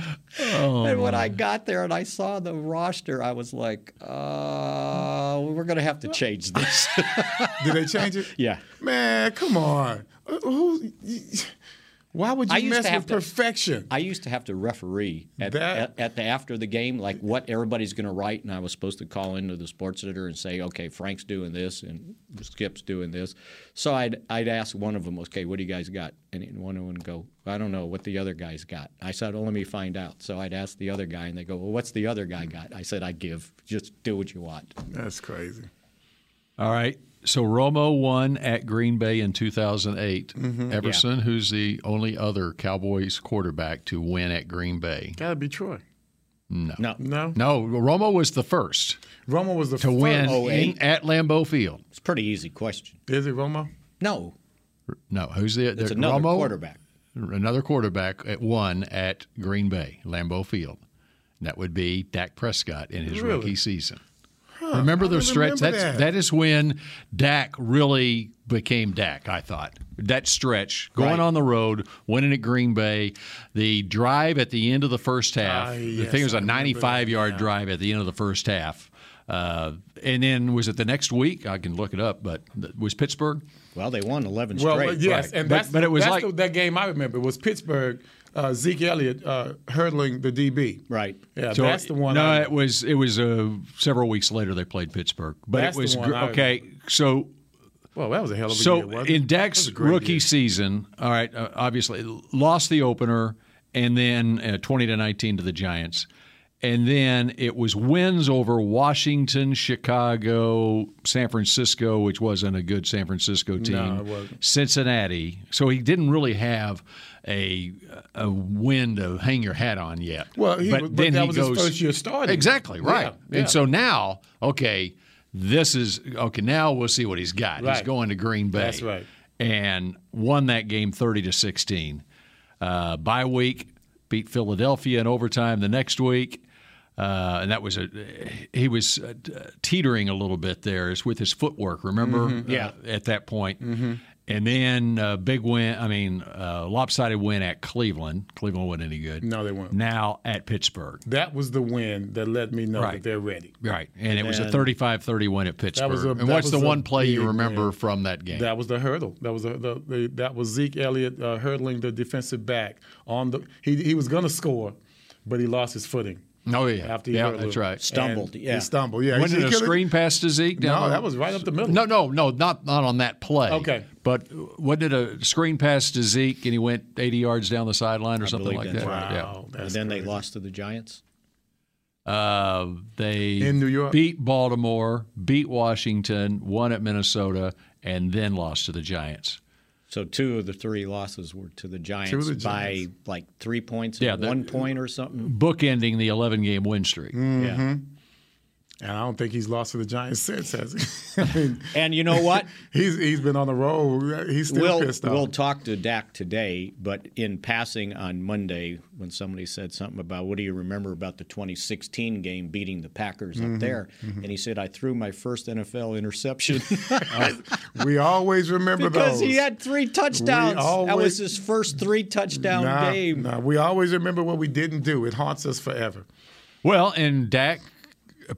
Speaker 2: Oh,
Speaker 3: and when I got there and I saw the roster, I was like, uh, we're going to have to change this.
Speaker 2: Did they change it?
Speaker 3: Yeah.
Speaker 2: Man, come on. Uh, Who? Why would you mess with perfection?
Speaker 3: I used to have to referee at, at, at the after the game, like what everybody's going to write, and I was supposed to call into the sports editor and say, "Okay, Frank's doing this and Skip's doing this." So I'd I'd ask one of them, "Okay, what do you guys got?" And he- one of them would go, "I don't know what the other guy's got." I said, "Well, let me find out." So I'd ask the other guy, and they go, "Well, what's the other guy got?" I said, "I give. Just do what you want."
Speaker 2: That's crazy.
Speaker 1: All right. So Romo won at Green Bay in 2008.
Speaker 3: Mm-hmm.
Speaker 1: Everson, who's the only other Cowboys quarterback to win at Green Bay?
Speaker 2: Gotta be Troy.
Speaker 1: No.
Speaker 3: No.
Speaker 2: No.
Speaker 1: No, Romo was the first
Speaker 2: Romo was the
Speaker 1: to win
Speaker 2: Oh,
Speaker 1: in, at Lambeau Field.
Speaker 3: It's a pretty easy question.
Speaker 2: Is it Romo?
Speaker 3: No,
Speaker 1: No, who's the, the
Speaker 3: it's another
Speaker 1: Romo,
Speaker 3: quarterback.
Speaker 1: Another quarterback at one at Green Bay, Lambeau Field. And that would be Dak Prescott in his
Speaker 2: Really?
Speaker 1: rookie season.
Speaker 2: Huh,
Speaker 1: remember
Speaker 2: I
Speaker 1: the
Speaker 2: don't
Speaker 1: stretch?
Speaker 2: remember that.
Speaker 1: That's, that is when Dak really became Dak, I thought. That stretch, going
Speaker 2: Right.
Speaker 1: on the road, winning at Green Bay, the drive at the end of the first half.
Speaker 2: Ah,
Speaker 1: I
Speaker 2: yes,
Speaker 1: think it was
Speaker 2: I
Speaker 1: a
Speaker 2: remember
Speaker 1: 95
Speaker 2: that,
Speaker 1: yard
Speaker 2: yeah.
Speaker 1: drive at the end of the first half. Uh, and then was it the next week? I can look it up, but th- was Pittsburgh?
Speaker 3: Well, they won 11
Speaker 2: Well, yes, and
Speaker 1: but,
Speaker 2: that's,
Speaker 1: but it was
Speaker 2: that's
Speaker 1: like
Speaker 2: the, that game I remember was Pittsburgh, uh, Zeke Elliott uh, hurdling the DB.
Speaker 3: Right.
Speaker 2: Yeah,
Speaker 1: So
Speaker 2: that's the one.
Speaker 1: No,
Speaker 2: I,
Speaker 1: it was it was uh, several weeks later they played Pittsburgh, but
Speaker 2: That's
Speaker 1: it
Speaker 2: the
Speaker 1: was
Speaker 2: one
Speaker 1: gr-
Speaker 2: I-
Speaker 1: okay. So
Speaker 2: well, that was a hell of a
Speaker 1: so
Speaker 2: year. wasn't it? That
Speaker 1: in
Speaker 2: was
Speaker 1: Dak's
Speaker 2: a great
Speaker 1: rookie
Speaker 2: year.
Speaker 1: season, all right, uh, obviously lost the opener and then uh, twenty to nineteen to the Giants, And then it was wins over Washington, Chicago, San Francisco, which wasn't a good San Francisco team.
Speaker 2: No, it wasn't.
Speaker 1: Cincinnati. So he didn't really have a a win to hang your hat on yet.
Speaker 2: Well, he- but that was his first year starting.
Speaker 1: Exactly
Speaker 2: Yeah,
Speaker 1: right.
Speaker 2: yeah.
Speaker 1: And so now, okay, this is okay. Now we'll see what he's got. He's
Speaker 2: Right.
Speaker 1: going to Green Bay.
Speaker 2: That's right.
Speaker 1: And won that game thirty to sixteen. Uh, bye week beat Philadelphia in overtime the next week. Uh, and that was a he was uh, teetering a little bit there is with his footwork. Remember,
Speaker 2: Mhm. Yeah.
Speaker 1: Uh, at that point,
Speaker 2: Mhm.
Speaker 1: and then uh, big win. I mean, uh, lopsided win at Cleveland. Cleveland wasn't any good.
Speaker 2: No, they weren't.
Speaker 1: Now at Pittsburgh.
Speaker 2: That was the win that let me know
Speaker 1: Right.
Speaker 2: that they're ready.
Speaker 1: Right. And, it was a
Speaker 2: And-
Speaker 1: 35 30 win at Pittsburgh.
Speaker 2: That was a-
Speaker 1: and
Speaker 2: that
Speaker 1: what's
Speaker 2: was
Speaker 1: the
Speaker 2: a
Speaker 1: one play you
Speaker 2: big
Speaker 1: remember
Speaker 2: win.
Speaker 1: from that game?
Speaker 2: That was the hurdle. That was the, the, the that was Zeke Elliott uh, hurdling the defensive back on the. He he was gonna score, but he lost his footing.
Speaker 1: Oh yeah,
Speaker 2: After he
Speaker 1: yeah,
Speaker 2: hurdled.
Speaker 1: that's right.
Speaker 2: And He stumbled. Yeah.
Speaker 1: Wasn't
Speaker 2: he
Speaker 1: it a
Speaker 2: could've-
Speaker 1: screen pass to Zeke?
Speaker 2: No,
Speaker 1: down the-
Speaker 2: that was right up the middle.
Speaker 1: No, no, no, not not on that play.
Speaker 2: Okay.
Speaker 1: but wasn't it a screen pass to Zeke and he went 80 yards down the sideline or
Speaker 3: I
Speaker 1: something
Speaker 3: believe
Speaker 1: like
Speaker 3: that's
Speaker 1: that?
Speaker 3: right.
Speaker 1: Yeah.
Speaker 3: and then they lost to the Giants.
Speaker 1: Uh, they
Speaker 3: In New York.
Speaker 1: beat Baltimore, beat Washington, won at Minnesota, and then lost to the Giants.
Speaker 3: So two of the three losses were to the Giants, by
Speaker 1: Giants.
Speaker 3: like three points,
Speaker 1: Yeah,
Speaker 3: or
Speaker 1: the-
Speaker 3: one point or something.
Speaker 1: Bookending the 11 game win streak.
Speaker 2: Mhm. And I don't think he's lost to the Giants since, has he? I mean,
Speaker 3: And you know what?
Speaker 2: he's he's been on the road. He's still
Speaker 3: we'll,
Speaker 2: pissed off.
Speaker 3: We'll talk to Dak today, but in passing on Monday, when somebody said something about what do you remember about the 2016 game beating the Packers
Speaker 2: Mhm,
Speaker 3: up there,
Speaker 2: mhm.
Speaker 3: and he said, I threw my first NFL interception.
Speaker 2: we always remember
Speaker 3: Because
Speaker 2: those.
Speaker 3: he had three touchdowns. That was his first three touchdown
Speaker 2: nah,
Speaker 3: game.
Speaker 2: Nah, we always remember what we didn't do. It haunts us forever.
Speaker 1: Well, and Dak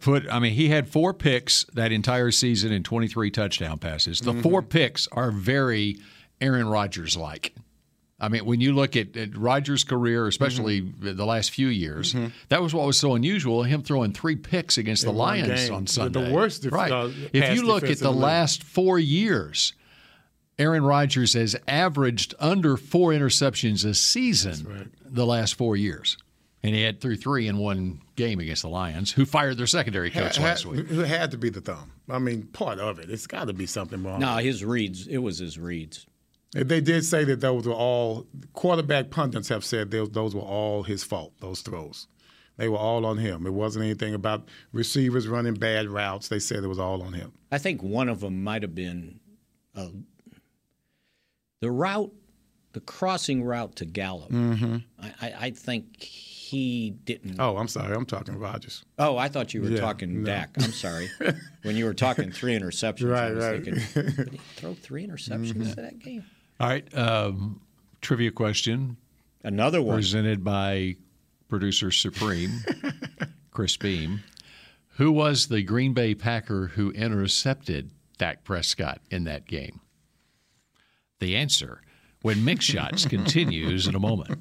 Speaker 1: put, I mean, he had four picks that entire season and 23 touchdown passes. The four
Speaker 2: Mm-hmm.
Speaker 1: picks are very Aaron Rodgers like. I mean, when you look at, at Rodgers' career, especially
Speaker 2: Mm-hmm.
Speaker 1: the last few years, that was what was so unusual him throwing three picks against
Speaker 2: In
Speaker 1: the
Speaker 2: one
Speaker 1: Lions
Speaker 2: game.
Speaker 1: on
Speaker 2: The- the
Speaker 1: Sunday.
Speaker 2: worst def-
Speaker 1: right.
Speaker 2: uh,
Speaker 1: if
Speaker 2: pass
Speaker 1: you look at
Speaker 2: defense in
Speaker 1: the
Speaker 2: the league.
Speaker 1: last four years, Aaron Rodgers has averaged under four interceptions a season the last four years. And he had through three in one game against the Lions, who fired their secondary coach
Speaker 2: Ha-
Speaker 1: last
Speaker 2: ha-
Speaker 1: week.
Speaker 2: It had to be the thumb. I mean, part of it. It's got to be something wrong.
Speaker 3: No, his reads. It was his reads.
Speaker 2: They did say that those were all quarterback pundits have said those, those were all his fault. Those throws, they were all on him. It wasn't anything about receivers running bad routes. They said it was all on him.
Speaker 3: I think one of them might have been uh, the route, the crossing route to Gallup.
Speaker 2: Mhm.
Speaker 3: I, I, I think he didn't.
Speaker 2: Oh, I'm sorry. I'm talking Rodgers.
Speaker 3: Oh, I thought you were
Speaker 2: Yeah,
Speaker 3: talking
Speaker 2: no.
Speaker 3: Dak. I'm sorry. when you were talking three interceptions, I
Speaker 2: Right,
Speaker 3: was
Speaker 2: right.
Speaker 3: thinking, did he throw three interceptions
Speaker 2: Mhm.
Speaker 3: to that game?
Speaker 1: All right. Um, trivia question.
Speaker 3: Another one.
Speaker 1: Presented by producer Supreme, Chris Beam. Who was the Green Bay Packer who intercepted Dak Prescott in that game? The answer when Mix Shots continues in a moment.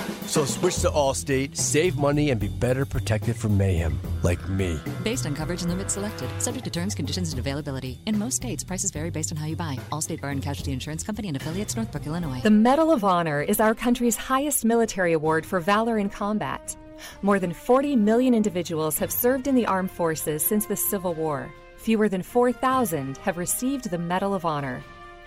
Speaker 8: So switch to Allstate, save money, and be better protected from mayhem like me.
Speaker 13: Based on coverage and limits selected, subject to terms, conditions, and availability. In most states, prices vary based on how you buy. Allstate Bar and Casualty Insurance Company and affiliates, Northbrook, Illinois.
Speaker 4: The Medal of Honor is our country's highest military award for valor in combat. More than 40 million individuals have served in the armed forces since the Civil War. Fewer than 4,000 have received the Medal of Honor.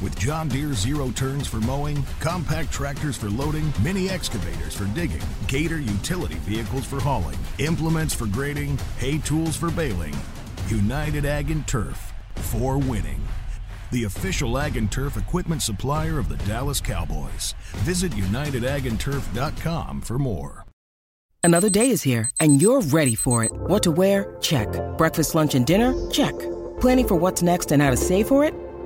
Speaker 14: With John Deere zero turns for mowing, compact tractors for loading, mini excavators for digging, Gator utility vehicles for hauling, implements for grading, hay tools for baling. United Ag and Turf for winning. The official Ag and Turf equipment supplier of the Dallas Cowboys. Visit unitedagandturf.com for more.
Speaker 15: Another day is here, and you're ready for it. What to wear? Check. Breakfast, lunch, and dinner? Check. Planning for what's next and how to save for it?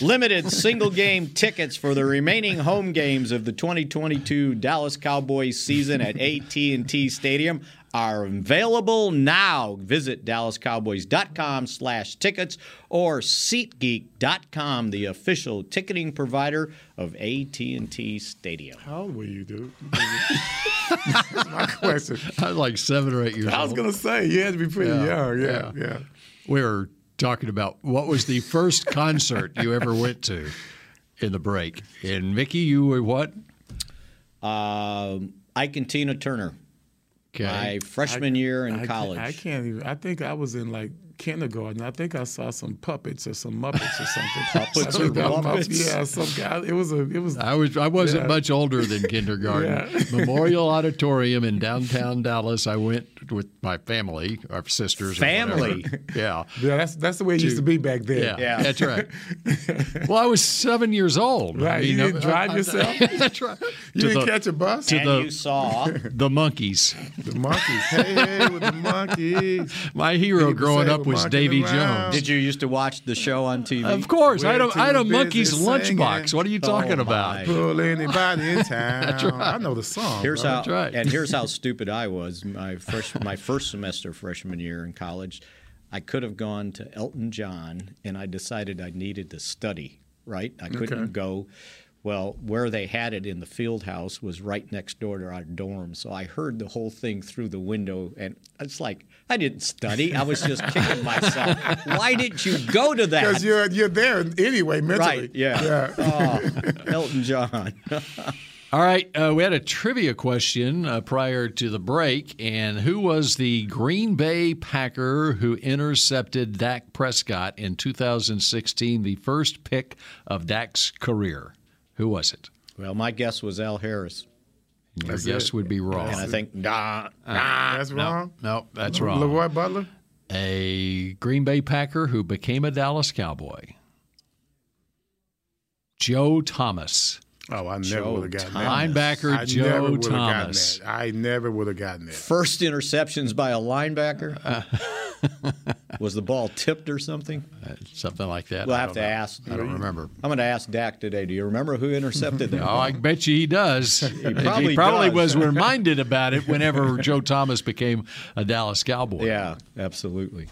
Speaker 3: Limited single game tickets for the remaining home games of the 2022 Dallas Cowboys season at AT&T Stadium are available now. Visit dallascowboys.com slash tickets or SeatGeek.com, the official ticketing provider of AT&T Stadium.
Speaker 2: How old were you, dude?
Speaker 1: My
Speaker 2: question.
Speaker 1: I was like seven or eight years
Speaker 2: I was
Speaker 1: old.
Speaker 2: gonna say, you had to be pretty young, yeah, yeah.
Speaker 1: We were talking about what was the first concert you ever went to in the break. And Mickey, you were what?
Speaker 3: Um, Ike and Tina Turner.
Speaker 1: Okay.
Speaker 3: My freshman year in
Speaker 2: I can't-
Speaker 3: college.
Speaker 2: I can't even. I think I was in like kindergarten. I think I saw some puppets or some muppets or something.
Speaker 1: Puppets
Speaker 2: I think
Speaker 1: or
Speaker 2: I was-
Speaker 1: Muppets?
Speaker 2: Yeah, some guy. It was a. It was.
Speaker 1: I was I wasn't
Speaker 2: Yeah.
Speaker 1: much older than kindergarten.
Speaker 2: Yeah.
Speaker 1: Memorial Auditorium in downtown Dallas. I went with my family, our sisters, or whatever.
Speaker 2: Family?
Speaker 1: Yeah,
Speaker 2: Yeah, that's that's the way it used to be back then.
Speaker 1: Yeah, that's right. Well, I was seven years old.
Speaker 2: Right, you didn't drive yourself?
Speaker 1: that's right.
Speaker 2: You
Speaker 1: To
Speaker 2: didn't
Speaker 1: the-
Speaker 2: catch a bus?
Speaker 1: to
Speaker 2: And
Speaker 1: the-
Speaker 2: you saw-
Speaker 1: the monkeys.
Speaker 2: The monkeys. Hey, hey, with the monkeys.
Speaker 1: My hero growing
Speaker 2: say
Speaker 1: up
Speaker 2: we're
Speaker 1: was
Speaker 2: monkeying
Speaker 1: Davy
Speaker 2: around.
Speaker 1: Jones.
Speaker 3: Did you used to watch the show on TV?
Speaker 1: Of course, I
Speaker 2: We're
Speaker 1: don't.
Speaker 2: too
Speaker 1: I don't
Speaker 2: busy
Speaker 1: monkey's
Speaker 2: singing. Oh,
Speaker 1: lunchbox. What are you talking
Speaker 3: my.
Speaker 1: about?
Speaker 2: Pull anybody in town.
Speaker 1: That's right.
Speaker 2: I know the song.
Speaker 3: Here's
Speaker 2: bro.
Speaker 3: how, and here's how stupid I was. My first, my first semester freshman year in college, I could have gone to Elton John, and I decided I needed to study. Right, I couldn't
Speaker 2: Okay.
Speaker 3: go. Well, where they had it in the field house was right next door to our dorm, so I heard the whole thing through the window, and it's like I didn't study. I was just kicking myself. Why didn't you go to that?
Speaker 2: Because you're you're there anyway mentally.
Speaker 3: Right? Yeah. Oh, Elton John.
Speaker 1: All right, uh, we had a trivia question uh, prior to the break, and who was the Green Bay Packer who intercepted Dak Prescott in 2016, the first pick of Dak's career? Who was it?
Speaker 3: Well, my guess was Al Harris.
Speaker 1: Your guess would be wrong.
Speaker 3: And I think, nah,
Speaker 1: Uh,
Speaker 3: nah.
Speaker 2: That's
Speaker 1: no,
Speaker 2: wrong.
Speaker 1: No, that's wrong.
Speaker 2: Leroy Butler.
Speaker 1: a Green Bay Packer who became a Dallas Cowboy. Joe Thomas.
Speaker 2: Oh, I never
Speaker 1: Joe
Speaker 2: would have gotten that.
Speaker 1: Thomas. Linebacker
Speaker 2: I
Speaker 1: Joe
Speaker 2: never would have gotten
Speaker 1: Thomas.
Speaker 2: that. I never would have gotten that.
Speaker 3: First interceptions by a linebacker. was the ball tipped or something?
Speaker 1: Uh, something like that.
Speaker 3: We'll
Speaker 1: I
Speaker 3: have
Speaker 1: don't
Speaker 3: to
Speaker 1: know.
Speaker 3: ask.
Speaker 1: I don't remember.
Speaker 3: I'm going to ask Dak today. Do you remember who intercepted that?
Speaker 1: Oh, I bet you he does. He
Speaker 3: probably does.
Speaker 1: was reminded about it whenever Joe Thomas became a Dallas Cowboy.
Speaker 3: Yeah, absolutely.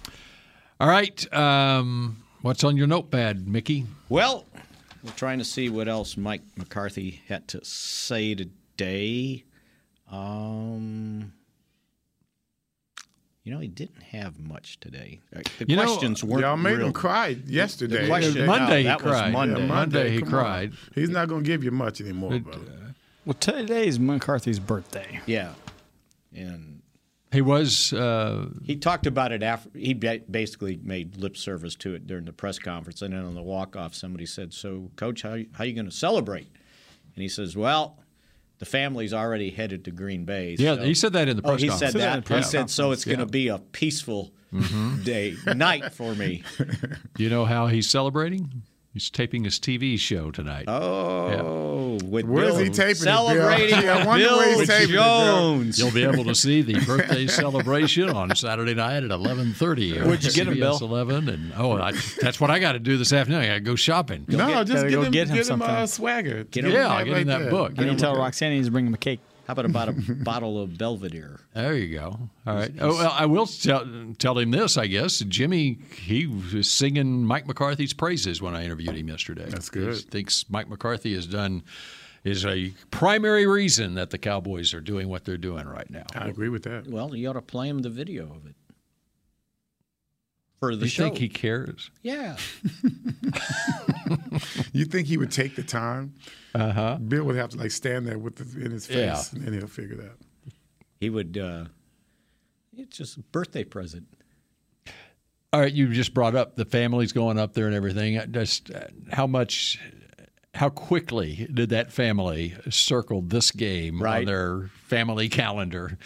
Speaker 1: All right. Um, what's on your notepad, Mickey?
Speaker 3: Well, we're trying to see what else Mike McCarthy had to say today. Um, you know, he didn't have much today. Uh, The
Speaker 1: You know,
Speaker 3: questions weren't.
Speaker 2: Y'all made
Speaker 3: real.
Speaker 2: him cry yesterday.
Speaker 3: The question-
Speaker 1: Monday
Speaker 3: no,
Speaker 1: he
Speaker 3: that was
Speaker 1: cried.
Speaker 3: Monday.
Speaker 1: Yeah, Monday he
Speaker 2: come on.
Speaker 1: cried.
Speaker 2: He's not going to give you much anymore, brother.
Speaker 11: Well, today's McCarthy's birthday.
Speaker 3: Yeah, and
Speaker 1: He was. Uh,
Speaker 3: He talked about it after he ba- basically made lip service to it during the press conference, and then on the walk off, somebody said, "So, coach, how how you going to celebrate?" And he says, "Well, the family's already headed to Green Bay."
Speaker 1: Yeah,
Speaker 3: so-
Speaker 1: he said that in the
Speaker 3: Oh,
Speaker 1: press
Speaker 3: he
Speaker 1: conference. Mm-hmm.
Speaker 3: said
Speaker 1: Said that in the
Speaker 3: that. He
Speaker 1: press
Speaker 3: said, "So it's
Speaker 1: conference,
Speaker 3: going to be a peaceful day night for me."
Speaker 1: you know how he's celebrating? He's taping his TV show tonight.
Speaker 3: Oh, with
Speaker 2: Where is
Speaker 3: Bill
Speaker 2: he taping it, Bill?
Speaker 3: celebrating
Speaker 2: Yeah, I wonder where he's
Speaker 3: Bill
Speaker 2: taping it, Bill.
Speaker 3: Jones.
Speaker 1: You'll be able to see the birthday celebration on Saturday night at 11:30. on
Speaker 11: Where'd you get him, Bill?
Speaker 1: CBS 11, and oh, I, that's what I got to do this afternoon. I got to go shopping.
Speaker 2: No,
Speaker 11: get-
Speaker 2: just
Speaker 11: gotta
Speaker 2: give
Speaker 11: go
Speaker 2: him,
Speaker 11: get him
Speaker 2: give him
Speaker 11: something.
Speaker 2: uh, swagger.
Speaker 1: yeah, I'll get him that book.
Speaker 11: And you tell Roxanne he's bringing him a cake.
Speaker 3: How about about a bottle of Belvedere?
Speaker 1: There you go. All right. Oh, well, I will tell, tell him this, I guess. Jimmy, he was singing Mike McCarthy's praises when I interviewed him yesterday. That's
Speaker 2: good.
Speaker 1: He thinks Mike McCarthy has done is a primary reason that the Cowboys are doing what they're doing right now.
Speaker 11: Uh,
Speaker 2: I agree with that.
Speaker 3: Well, you ought to play him the video of it for the
Speaker 1: you
Speaker 3: show.
Speaker 1: think he cares?
Speaker 3: yeah.
Speaker 2: You think he would take the time?
Speaker 1: Uh huh.
Speaker 2: Bill would have to like stand there with the, in his face,
Speaker 3: Yeah.
Speaker 2: and then he'll figure it out.
Speaker 3: He would. Uh, it's just a birthday present.
Speaker 1: All right, you just brought up the families going up there and everything. Just uh, how much, how quickly did that family circle this game on
Speaker 3: Right.
Speaker 1: their family calendar?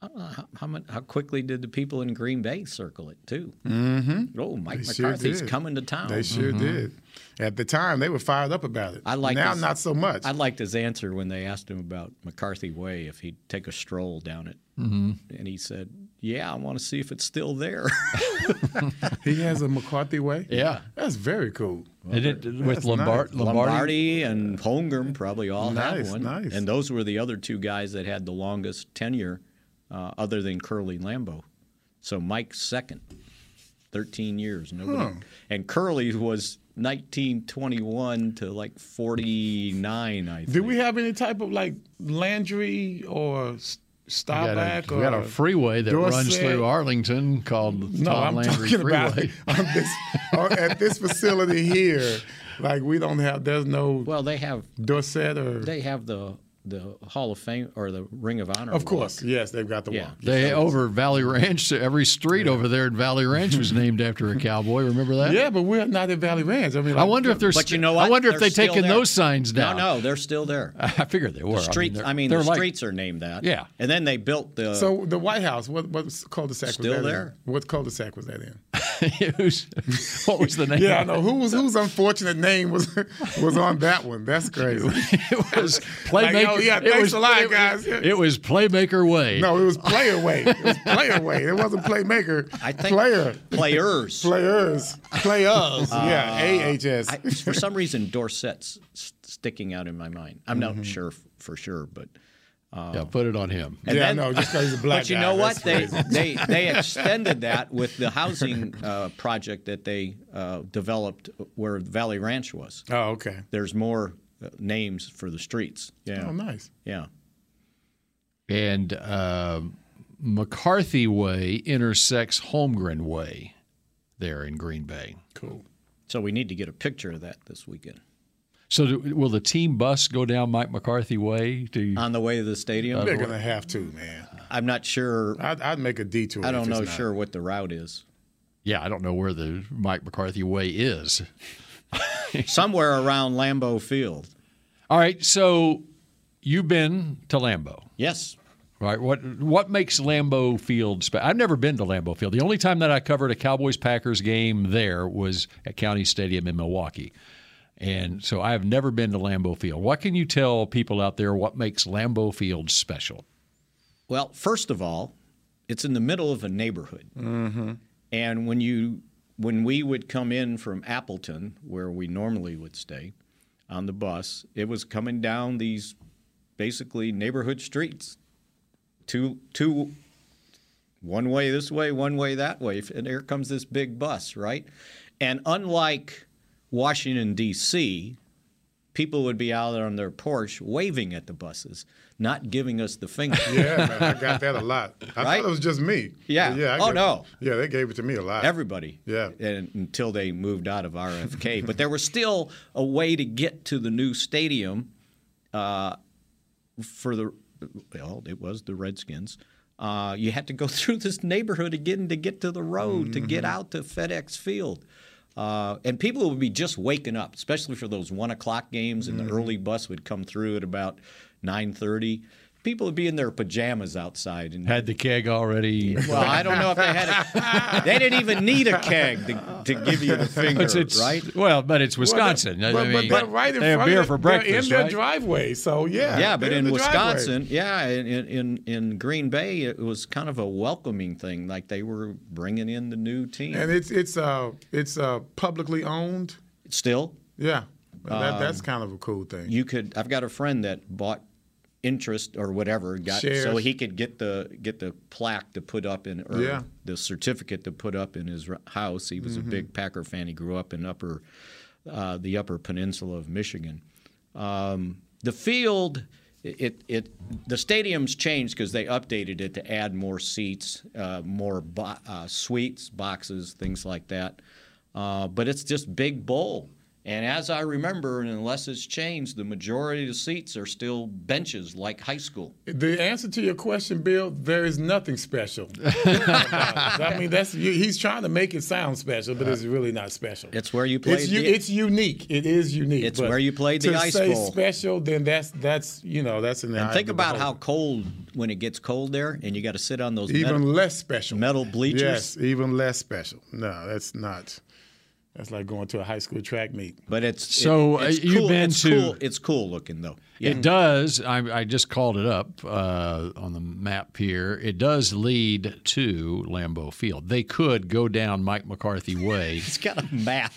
Speaker 3: I don't know how, how, much, how quickly did the people in Green Bay circle it too?
Speaker 2: Mm-hmm.
Speaker 3: Oh, Mike
Speaker 2: They sure
Speaker 3: McCarthy's
Speaker 2: did.
Speaker 3: coming to town.
Speaker 2: They sure did. At the time, they were fired up about it.
Speaker 3: I like
Speaker 2: now,
Speaker 3: his-
Speaker 2: not so much.
Speaker 3: I liked his answer when they asked him about McCarthy Way if he'd take a stroll down it,
Speaker 2: Mhm.
Speaker 3: and he said, "Yeah, I want to see if it's still there."
Speaker 2: he has a McCarthy way.
Speaker 3: Yeah.
Speaker 2: that's very cool.
Speaker 1: And it- with
Speaker 2: That's
Speaker 1: Lombard-
Speaker 2: nice.
Speaker 3: Lombardi and Holmgren probably all
Speaker 2: Nice,
Speaker 3: have one.
Speaker 2: nice.
Speaker 3: And those were the other two guys that had the longest tenure, uh, other than Curly Lambeau. So Mike's second, 13 years. Nobody,
Speaker 2: Huh.
Speaker 3: And Curly was 1921 to like 49, I think.
Speaker 2: Did we have any type of like Landry or S- Staubach?
Speaker 1: we got a
Speaker 2: or
Speaker 1: freeway that runs
Speaker 2: Dorset?
Speaker 1: through Arlington called the
Speaker 2: No,
Speaker 1: Tom
Speaker 2: I'm
Speaker 1: Landry
Speaker 2: talking
Speaker 1: Freeway.
Speaker 2: about on this, on- at this facility here. Like we don't have. There's no.
Speaker 3: Well, they have
Speaker 2: Dorset or.
Speaker 3: They have the the Hall of Fame or the Ring of Honor.
Speaker 2: of course, yes, they've got the
Speaker 3: Yeah.
Speaker 2: walk.
Speaker 1: They over Valley Ranch. Every street over there at Valley Ranch was named after a cowboy. Remember that?
Speaker 2: Yeah, but we're not at Valley Range. I mean,
Speaker 1: I wonder if
Speaker 3: But
Speaker 1: there's.
Speaker 3: you know what?
Speaker 1: I wonder if
Speaker 3: They're
Speaker 1: they
Speaker 3: still
Speaker 1: taken
Speaker 3: there.
Speaker 1: those signs down.
Speaker 3: No, no, they're still there.
Speaker 1: I figured they were.
Speaker 3: The
Speaker 1: I mean,
Speaker 3: streets.
Speaker 1: they're-
Speaker 3: I mean,
Speaker 1: they're
Speaker 3: the
Speaker 1: like-
Speaker 3: streets are named that.
Speaker 1: Yeah.
Speaker 3: And then they built the.
Speaker 2: So the White House, what what was- cul-de-sac
Speaker 3: Still
Speaker 2: was that
Speaker 3: there.
Speaker 2: In? What cul-de-sac was that in?
Speaker 1: It was- what was the name?
Speaker 2: yeah, I know who was whose unfortunate name was was on that one. That's crazy.
Speaker 1: it was
Speaker 2: Like,
Speaker 1: Playmaker.
Speaker 2: yo, yeah,
Speaker 1: it
Speaker 2: thanks
Speaker 1: was
Speaker 2: a lot,
Speaker 1: it-
Speaker 2: guys.
Speaker 1: It, was Playmaker Way.
Speaker 2: No, it was player way. It was player way. It wasn't playmaker. I
Speaker 3: think
Speaker 2: player.
Speaker 3: Players.
Speaker 2: Players. Players. yeah. A H S.
Speaker 3: Uh, I- for some reason, Dorset's s- sticking out in my mind. I'm
Speaker 2: Mm-hmm.
Speaker 3: not sure f- for sure, but. Uh,
Speaker 1: Yeah, put it on him.
Speaker 3: and
Speaker 2: Yeah,
Speaker 3: then-
Speaker 2: no, just 'cause he's a black
Speaker 3: But you
Speaker 2: guy,
Speaker 3: know what? They,
Speaker 2: that's
Speaker 3: they they extended that with the housing uh, project that they uh, developed where Valley Ranch was.
Speaker 2: Oh, okay.
Speaker 3: There's more uh, names for the streets. Yeah.
Speaker 2: Oh, nice.
Speaker 3: Yeah.
Speaker 1: And uh, McCarthy Way intersects Holmgren Way there in Green Bay.
Speaker 2: Cool.
Speaker 3: So we need to get a picture of that this weekend
Speaker 1: So do, will the team bus go down Mike McCarthy Way? To,
Speaker 3: on the way to the stadium.
Speaker 2: They're gonna have to, man.
Speaker 3: I'm not sure.
Speaker 2: I'd, I'd make a detour.
Speaker 3: I
Speaker 2: if
Speaker 3: don't
Speaker 2: it's
Speaker 3: know
Speaker 2: not.
Speaker 3: sure what the route is.
Speaker 1: yeah, I don't know where the Mike McCarthy Way is.
Speaker 3: Somewhere around Lambeau Field.
Speaker 1: All right, so you've been to Lambeau.
Speaker 3: Yes.
Speaker 1: Right. What what makes Lambeau Field special? I've never been to Lambeau Field. The only time that I covered a Cowboys Packers game there was at County Stadium in Milwaukee. And so I have never been to Lambeau Field. What can you tell people out there what makes Lambeau Field special?
Speaker 3: Well, first of all, it's in the middle of a neighborhood. Mm-hmm. And when you when we would come in from Appleton, where we normally would stay, on the bus, it was coming down these basically neighborhood streets. Two two one way this way, one way that way, and here comes this big bus, right? And unlike Washington D.C., people would be out on their porch waving at the buses, not giving us the finger.
Speaker 2: Yeah, man, I got that a lot. I
Speaker 3: Right?
Speaker 2: thought it was just me.
Speaker 3: Yeah.
Speaker 2: But Yeah. I
Speaker 3: Oh,
Speaker 2: got-
Speaker 3: no.
Speaker 2: Yeah, they gave it to me a lot.
Speaker 3: Everybody.
Speaker 2: Yeah.
Speaker 3: And until they moved out of RFK, but there was still a way to get to the new stadium uh, for the well, it was the Redskins. Uh, you had to go through this neighborhood again to get to the road to get out to FedEx Field. Uh, and people would be just waking up, especially for those one o'clock games. And the early bus would come through at about nine thirty. People would be in their pajamas outside, and
Speaker 1: Had the keg already.
Speaker 3: well, I don't know if they had a. They didn't even need a keg to, to give you the finger,
Speaker 1: It's- it's-
Speaker 3: right?
Speaker 1: Well, but it's Wisconsin.
Speaker 2: But,
Speaker 1: I
Speaker 2: but,
Speaker 1: mean,
Speaker 2: but right in
Speaker 1: they have
Speaker 2: front
Speaker 1: beer
Speaker 2: of
Speaker 1: for
Speaker 2: they're
Speaker 1: breakfast.
Speaker 2: in their
Speaker 1: right?
Speaker 2: driveway. So yeah.
Speaker 3: Yeah, but
Speaker 2: they're
Speaker 3: in
Speaker 2: the driveway.
Speaker 3: Wisconsin, yeah, in, in- in in Green Bay, it was kind of a welcoming thing. Like they were bringing in the new team.
Speaker 2: and it's it's uh it's uh publicly owned.
Speaker 3: Still,
Speaker 2: Yeah, that, that's
Speaker 3: Um,
Speaker 2: kind of a cool thing.
Speaker 3: you could. I've got a friend that bought interest or whatever got so
Speaker 2: Shares.
Speaker 3: he could get the get the plaque to put up in or
Speaker 2: Yeah.
Speaker 3: the certificate to put up in his r- house. He was
Speaker 2: Mhm.
Speaker 3: a big Packer fan. He grew up in upper uh, the Upper Peninsula of Michigan. Um, the field, it, it, the stadium's changed because they updated it to add more seats, uh, more bo- uh, suites, boxes, things like that. Uh, but it's just big bowl. And as I remember, and unless it's changed, the majority of the seats are still benches like high school.
Speaker 2: The answer to your question, Bill, there is nothing special. I mean, that's you- he's trying to make it sound special, but it's really not special.
Speaker 3: It's where you play.
Speaker 2: It's, u- it's unique. It is unique.
Speaker 3: It's
Speaker 2: but
Speaker 3: where you played the
Speaker 2: to
Speaker 3: ice
Speaker 2: say
Speaker 3: bowl.
Speaker 2: special, then that's that's you know that's an.
Speaker 3: And think about how cold when it gets cold there, and you got to sit on those
Speaker 2: even
Speaker 3: metal,
Speaker 2: less special.
Speaker 3: metal bleachers.
Speaker 2: Yes, even less special. No, that's not. That's like going to a high school track meet.
Speaker 3: But it's
Speaker 1: So,
Speaker 3: it's
Speaker 1: uh, you've
Speaker 3: cool-
Speaker 1: been
Speaker 3: it's
Speaker 1: to-
Speaker 3: cool, it's cool looking though.
Speaker 1: It does. I, I just called it up uh, on the map here. It does lead to Lambeau Field. They could go down Mike McCarthy Way.
Speaker 3: It's got a map.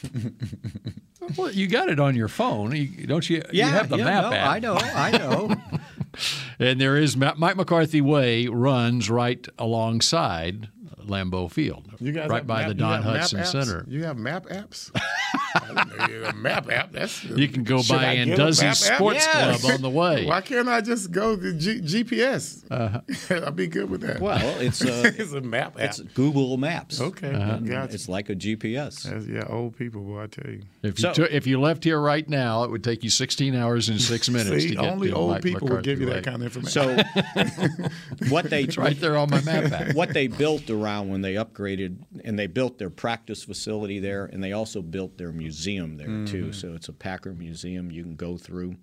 Speaker 1: well, you got it on your phone, you, don't you?
Speaker 3: Yeah,
Speaker 1: you have the
Speaker 3: yeah,
Speaker 1: map
Speaker 3: no,
Speaker 1: app.
Speaker 3: I know, I know.
Speaker 1: and there is Ma- Mike McCarthy Way runs right alongside Lambeau Field,
Speaker 2: You guys
Speaker 1: right
Speaker 2: have
Speaker 1: by
Speaker 2: map-
Speaker 1: the
Speaker 2: you
Speaker 1: Don
Speaker 2: have map
Speaker 1: Hudson
Speaker 2: apps?
Speaker 1: Center.
Speaker 2: You have map apps. I didn't know you had a map app. That's
Speaker 1: You can go
Speaker 2: Should
Speaker 1: by
Speaker 2: I get a
Speaker 1: Anduzzi
Speaker 2: map app?
Speaker 1: Sports Club on the way.
Speaker 2: Why can't I just go to G- GPS?
Speaker 1: Uh-huh. uh,
Speaker 2: I'll be good with that.
Speaker 3: Well, it's a,
Speaker 2: it's a map app.
Speaker 3: It's Google Maps.
Speaker 2: Okay,
Speaker 1: Uh-huh.
Speaker 2: gotcha.
Speaker 3: It's like a GPS.
Speaker 2: yeah, old people, boy, I tell you.
Speaker 1: If you, took, if you left here right now, it would take you 16 hours and six minutes
Speaker 2: See,
Speaker 1: to get
Speaker 2: only
Speaker 1: to
Speaker 2: old
Speaker 1: Mike
Speaker 2: people would give you that
Speaker 1: McCarthy Way.
Speaker 2: kind of information.
Speaker 3: So what they
Speaker 1: It's right there on my map app.
Speaker 3: what they built around when they upgraded and they built their practice facility there and they also built their museum there too.
Speaker 2: Mhm.
Speaker 3: So it's a Packer museum you can go through.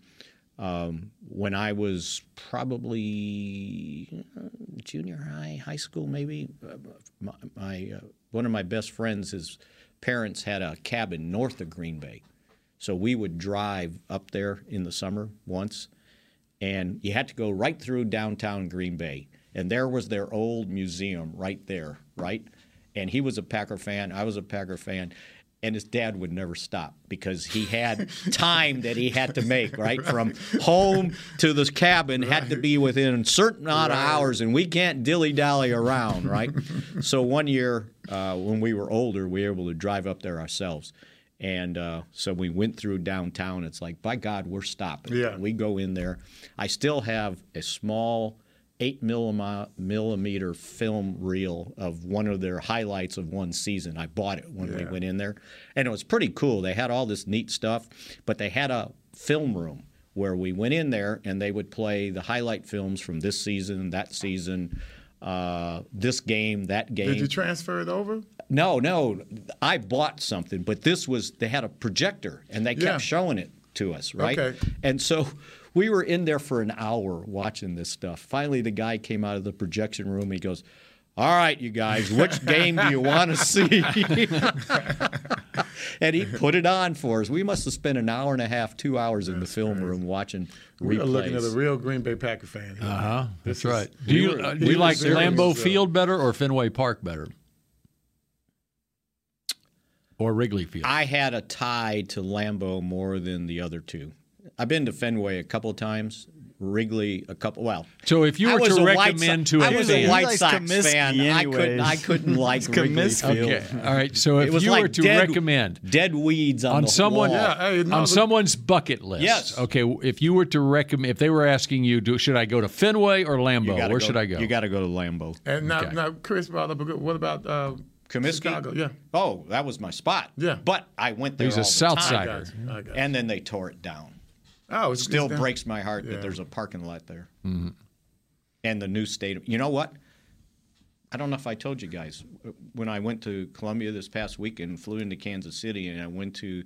Speaker 3: Um, when I was probably uh, junior high, high school maybe, uh, my, my uh, one of my best friends, his parents had a cabin north of Green Bay. So we would drive up there in the summer once, and you had to go right through downtown Green Bay. And there was their old museum right there, right? And he was a Packer fan, I was a Packer fan. And his dad would never stop because he had time that he had to make, right? From home to this cabin had to be within a certain amount of hours, and we can't dilly dally around, right? so one year uh, when we were older, we were able to drive up there ourselves. And uh, so we went through downtown. It's like, by God, we're stopping.
Speaker 2: Yeah.
Speaker 3: We go in there. I still have a small eight millimi- millimeter film reel of one of their highlights of one season. I bought it when we
Speaker 2: Yeah.
Speaker 3: went in there, and it was pretty cool. They had all this neat stuff, but they had a film room where we went in there and they would play the highlight films from this season, that season, uh, this game, that game.
Speaker 2: Did you transfer it over?
Speaker 3: No, no. I bought something, but this was they had a projector and they kept
Speaker 2: Yeah.
Speaker 3: showing it to us, right?
Speaker 2: Okay.
Speaker 3: And so we were in there for an hour watching this stuff. Finally the guy came out of the projection room. He goes, "All right, you guys, which game do you want to see?" and he put it on for us. We must have spent an hour and a half, 2 hours in the film room watching
Speaker 2: We are looking at a
Speaker 3: replays.
Speaker 2: real Green Bay Packer fan. here.
Speaker 1: Uh huh.
Speaker 2: This
Speaker 1: That's
Speaker 2: is-
Speaker 1: right. Do
Speaker 2: we
Speaker 1: you,
Speaker 2: were-
Speaker 1: uh,
Speaker 2: he
Speaker 1: do
Speaker 2: was
Speaker 1: you like
Speaker 2: very-
Speaker 1: Lambeau
Speaker 2: so-
Speaker 1: Field better or Fenway Park better? Or Wrigley Field?
Speaker 3: I had a tie to Lambeau more than the other two. I've been to Fenway a couple times, Wrigley a couple. Well,
Speaker 1: So if you
Speaker 3: I
Speaker 1: were
Speaker 3: was
Speaker 1: to
Speaker 3: a White
Speaker 1: recommend
Speaker 3: Sox-
Speaker 1: to a
Speaker 3: I was
Speaker 1: fan-
Speaker 3: a
Speaker 1: He
Speaker 3: White
Speaker 1: likes
Speaker 3: Sox
Speaker 1: Comiskey
Speaker 3: fan. I couldn't, I
Speaker 1: anyways.
Speaker 3: couldn't like
Speaker 1: It's
Speaker 3: Wrigley
Speaker 1: Comiskey.
Speaker 3: Field.
Speaker 1: Okay, all right, so
Speaker 3: It
Speaker 1: if
Speaker 3: was
Speaker 1: you
Speaker 3: like
Speaker 1: were to
Speaker 3: dead-
Speaker 1: recommend-
Speaker 3: dead weeds on, the
Speaker 1: someone
Speaker 3: wall.
Speaker 1: on someone's bucket list.
Speaker 3: Yes.
Speaker 1: Okay. If you were to recommend, if they were asking you, do, should I go to Fenway or
Speaker 3: You
Speaker 1: Lambeau? Where
Speaker 3: gotta go-
Speaker 1: should I go?
Speaker 3: You got to go to Lambeau.
Speaker 2: And now,
Speaker 3: Okay.
Speaker 2: now Chris brought up a good. What about uh,
Speaker 3: Comiskey?
Speaker 2: Chicago? Yeah.
Speaker 3: Oh, that was my spot.
Speaker 2: Yeah.
Speaker 3: But I went there.
Speaker 1: He's a
Speaker 3: all the
Speaker 1: South
Speaker 3: time.
Speaker 1: Sider. I
Speaker 2: got you, I got
Speaker 3: And then they tore it down.
Speaker 2: Oh, it's
Speaker 3: still
Speaker 2: it's down.
Speaker 3: breaks my heart
Speaker 2: Yeah.
Speaker 3: that there's a parking lot there.
Speaker 1: Mhm.
Speaker 3: And the new stadium. You know what? I don't know if I told you guys when I went to Columbia this past weekend, flew into Kansas City, and I went to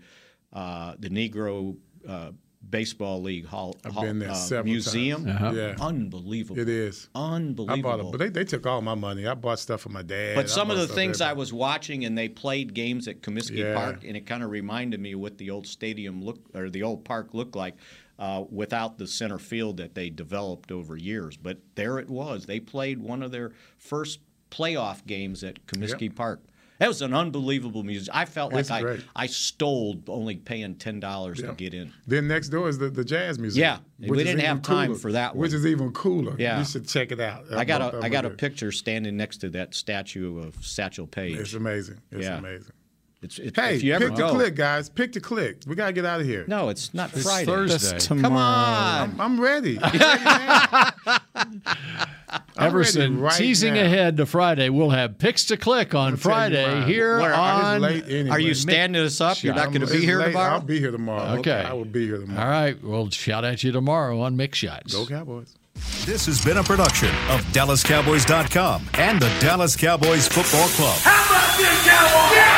Speaker 3: uh, the Negro uh, Baseball League Hall,
Speaker 2: I've
Speaker 3: hall-
Speaker 2: been there
Speaker 3: uh,
Speaker 2: several
Speaker 3: museum.
Speaker 2: times. Uh-huh. Yeah.
Speaker 3: Unbelievable.
Speaker 2: It is
Speaker 3: unbelievable.
Speaker 2: I bought it, but they, they took all my money. I bought stuff for my dad.
Speaker 3: But some of the things I was watching, and they played games at Comiskey
Speaker 2: Yeah.
Speaker 3: Park, and it kind of reminded me what the old stadium looked or the old park looked like uh, without the center field that they developed over years. But there it was. They played one of their first playoff games at Comiskey Park. That was an unbelievable music. I felt like
Speaker 2: It's
Speaker 3: I,
Speaker 2: great.
Speaker 3: I stole only paying ten dollars to get in.
Speaker 2: Then next door is the, the jazz museum.
Speaker 3: Yeah, we
Speaker 2: which is
Speaker 3: didn't have
Speaker 2: even
Speaker 3: time
Speaker 2: cooler,
Speaker 3: for that
Speaker 2: Which
Speaker 3: one.
Speaker 2: is even cooler.
Speaker 3: Yeah.
Speaker 2: you should check it out.
Speaker 3: I got
Speaker 2: both of
Speaker 3: a I
Speaker 2: them
Speaker 3: got a
Speaker 2: are good.
Speaker 3: picture standing next to that statue of Satchel Paige.
Speaker 2: It's amazing. It's
Speaker 3: Yeah.
Speaker 2: amazing.
Speaker 3: It's, it's
Speaker 2: Hey,
Speaker 3: if you ever
Speaker 2: pick
Speaker 3: go,
Speaker 2: the click, guys. Pick the click. We gotta get out of here.
Speaker 3: No, it's not
Speaker 2: It's
Speaker 3: Friday.
Speaker 2: Thursday. That's
Speaker 3: Come
Speaker 2: tomorrow.
Speaker 3: on.
Speaker 2: I'm, I'm ready. I'm
Speaker 1: Everson
Speaker 2: ready right
Speaker 1: teasing
Speaker 2: now.
Speaker 1: ahead to Friday. We'll have picks to click on Friday here
Speaker 3: Where-
Speaker 1: on.
Speaker 3: Are you standing us up? You're not going to be here tomorrow.
Speaker 2: I'll be here tomorrow.
Speaker 1: Okay.
Speaker 2: I will be here tomorrow.
Speaker 1: All right. We'll shout at you tomorrow on Mix Shots.
Speaker 2: Go Cowboys.
Speaker 16: This has been a production of DallasCowboys.com and the Dallas Cowboys Football Club.
Speaker 17: How about this, Cowboys? Yeah!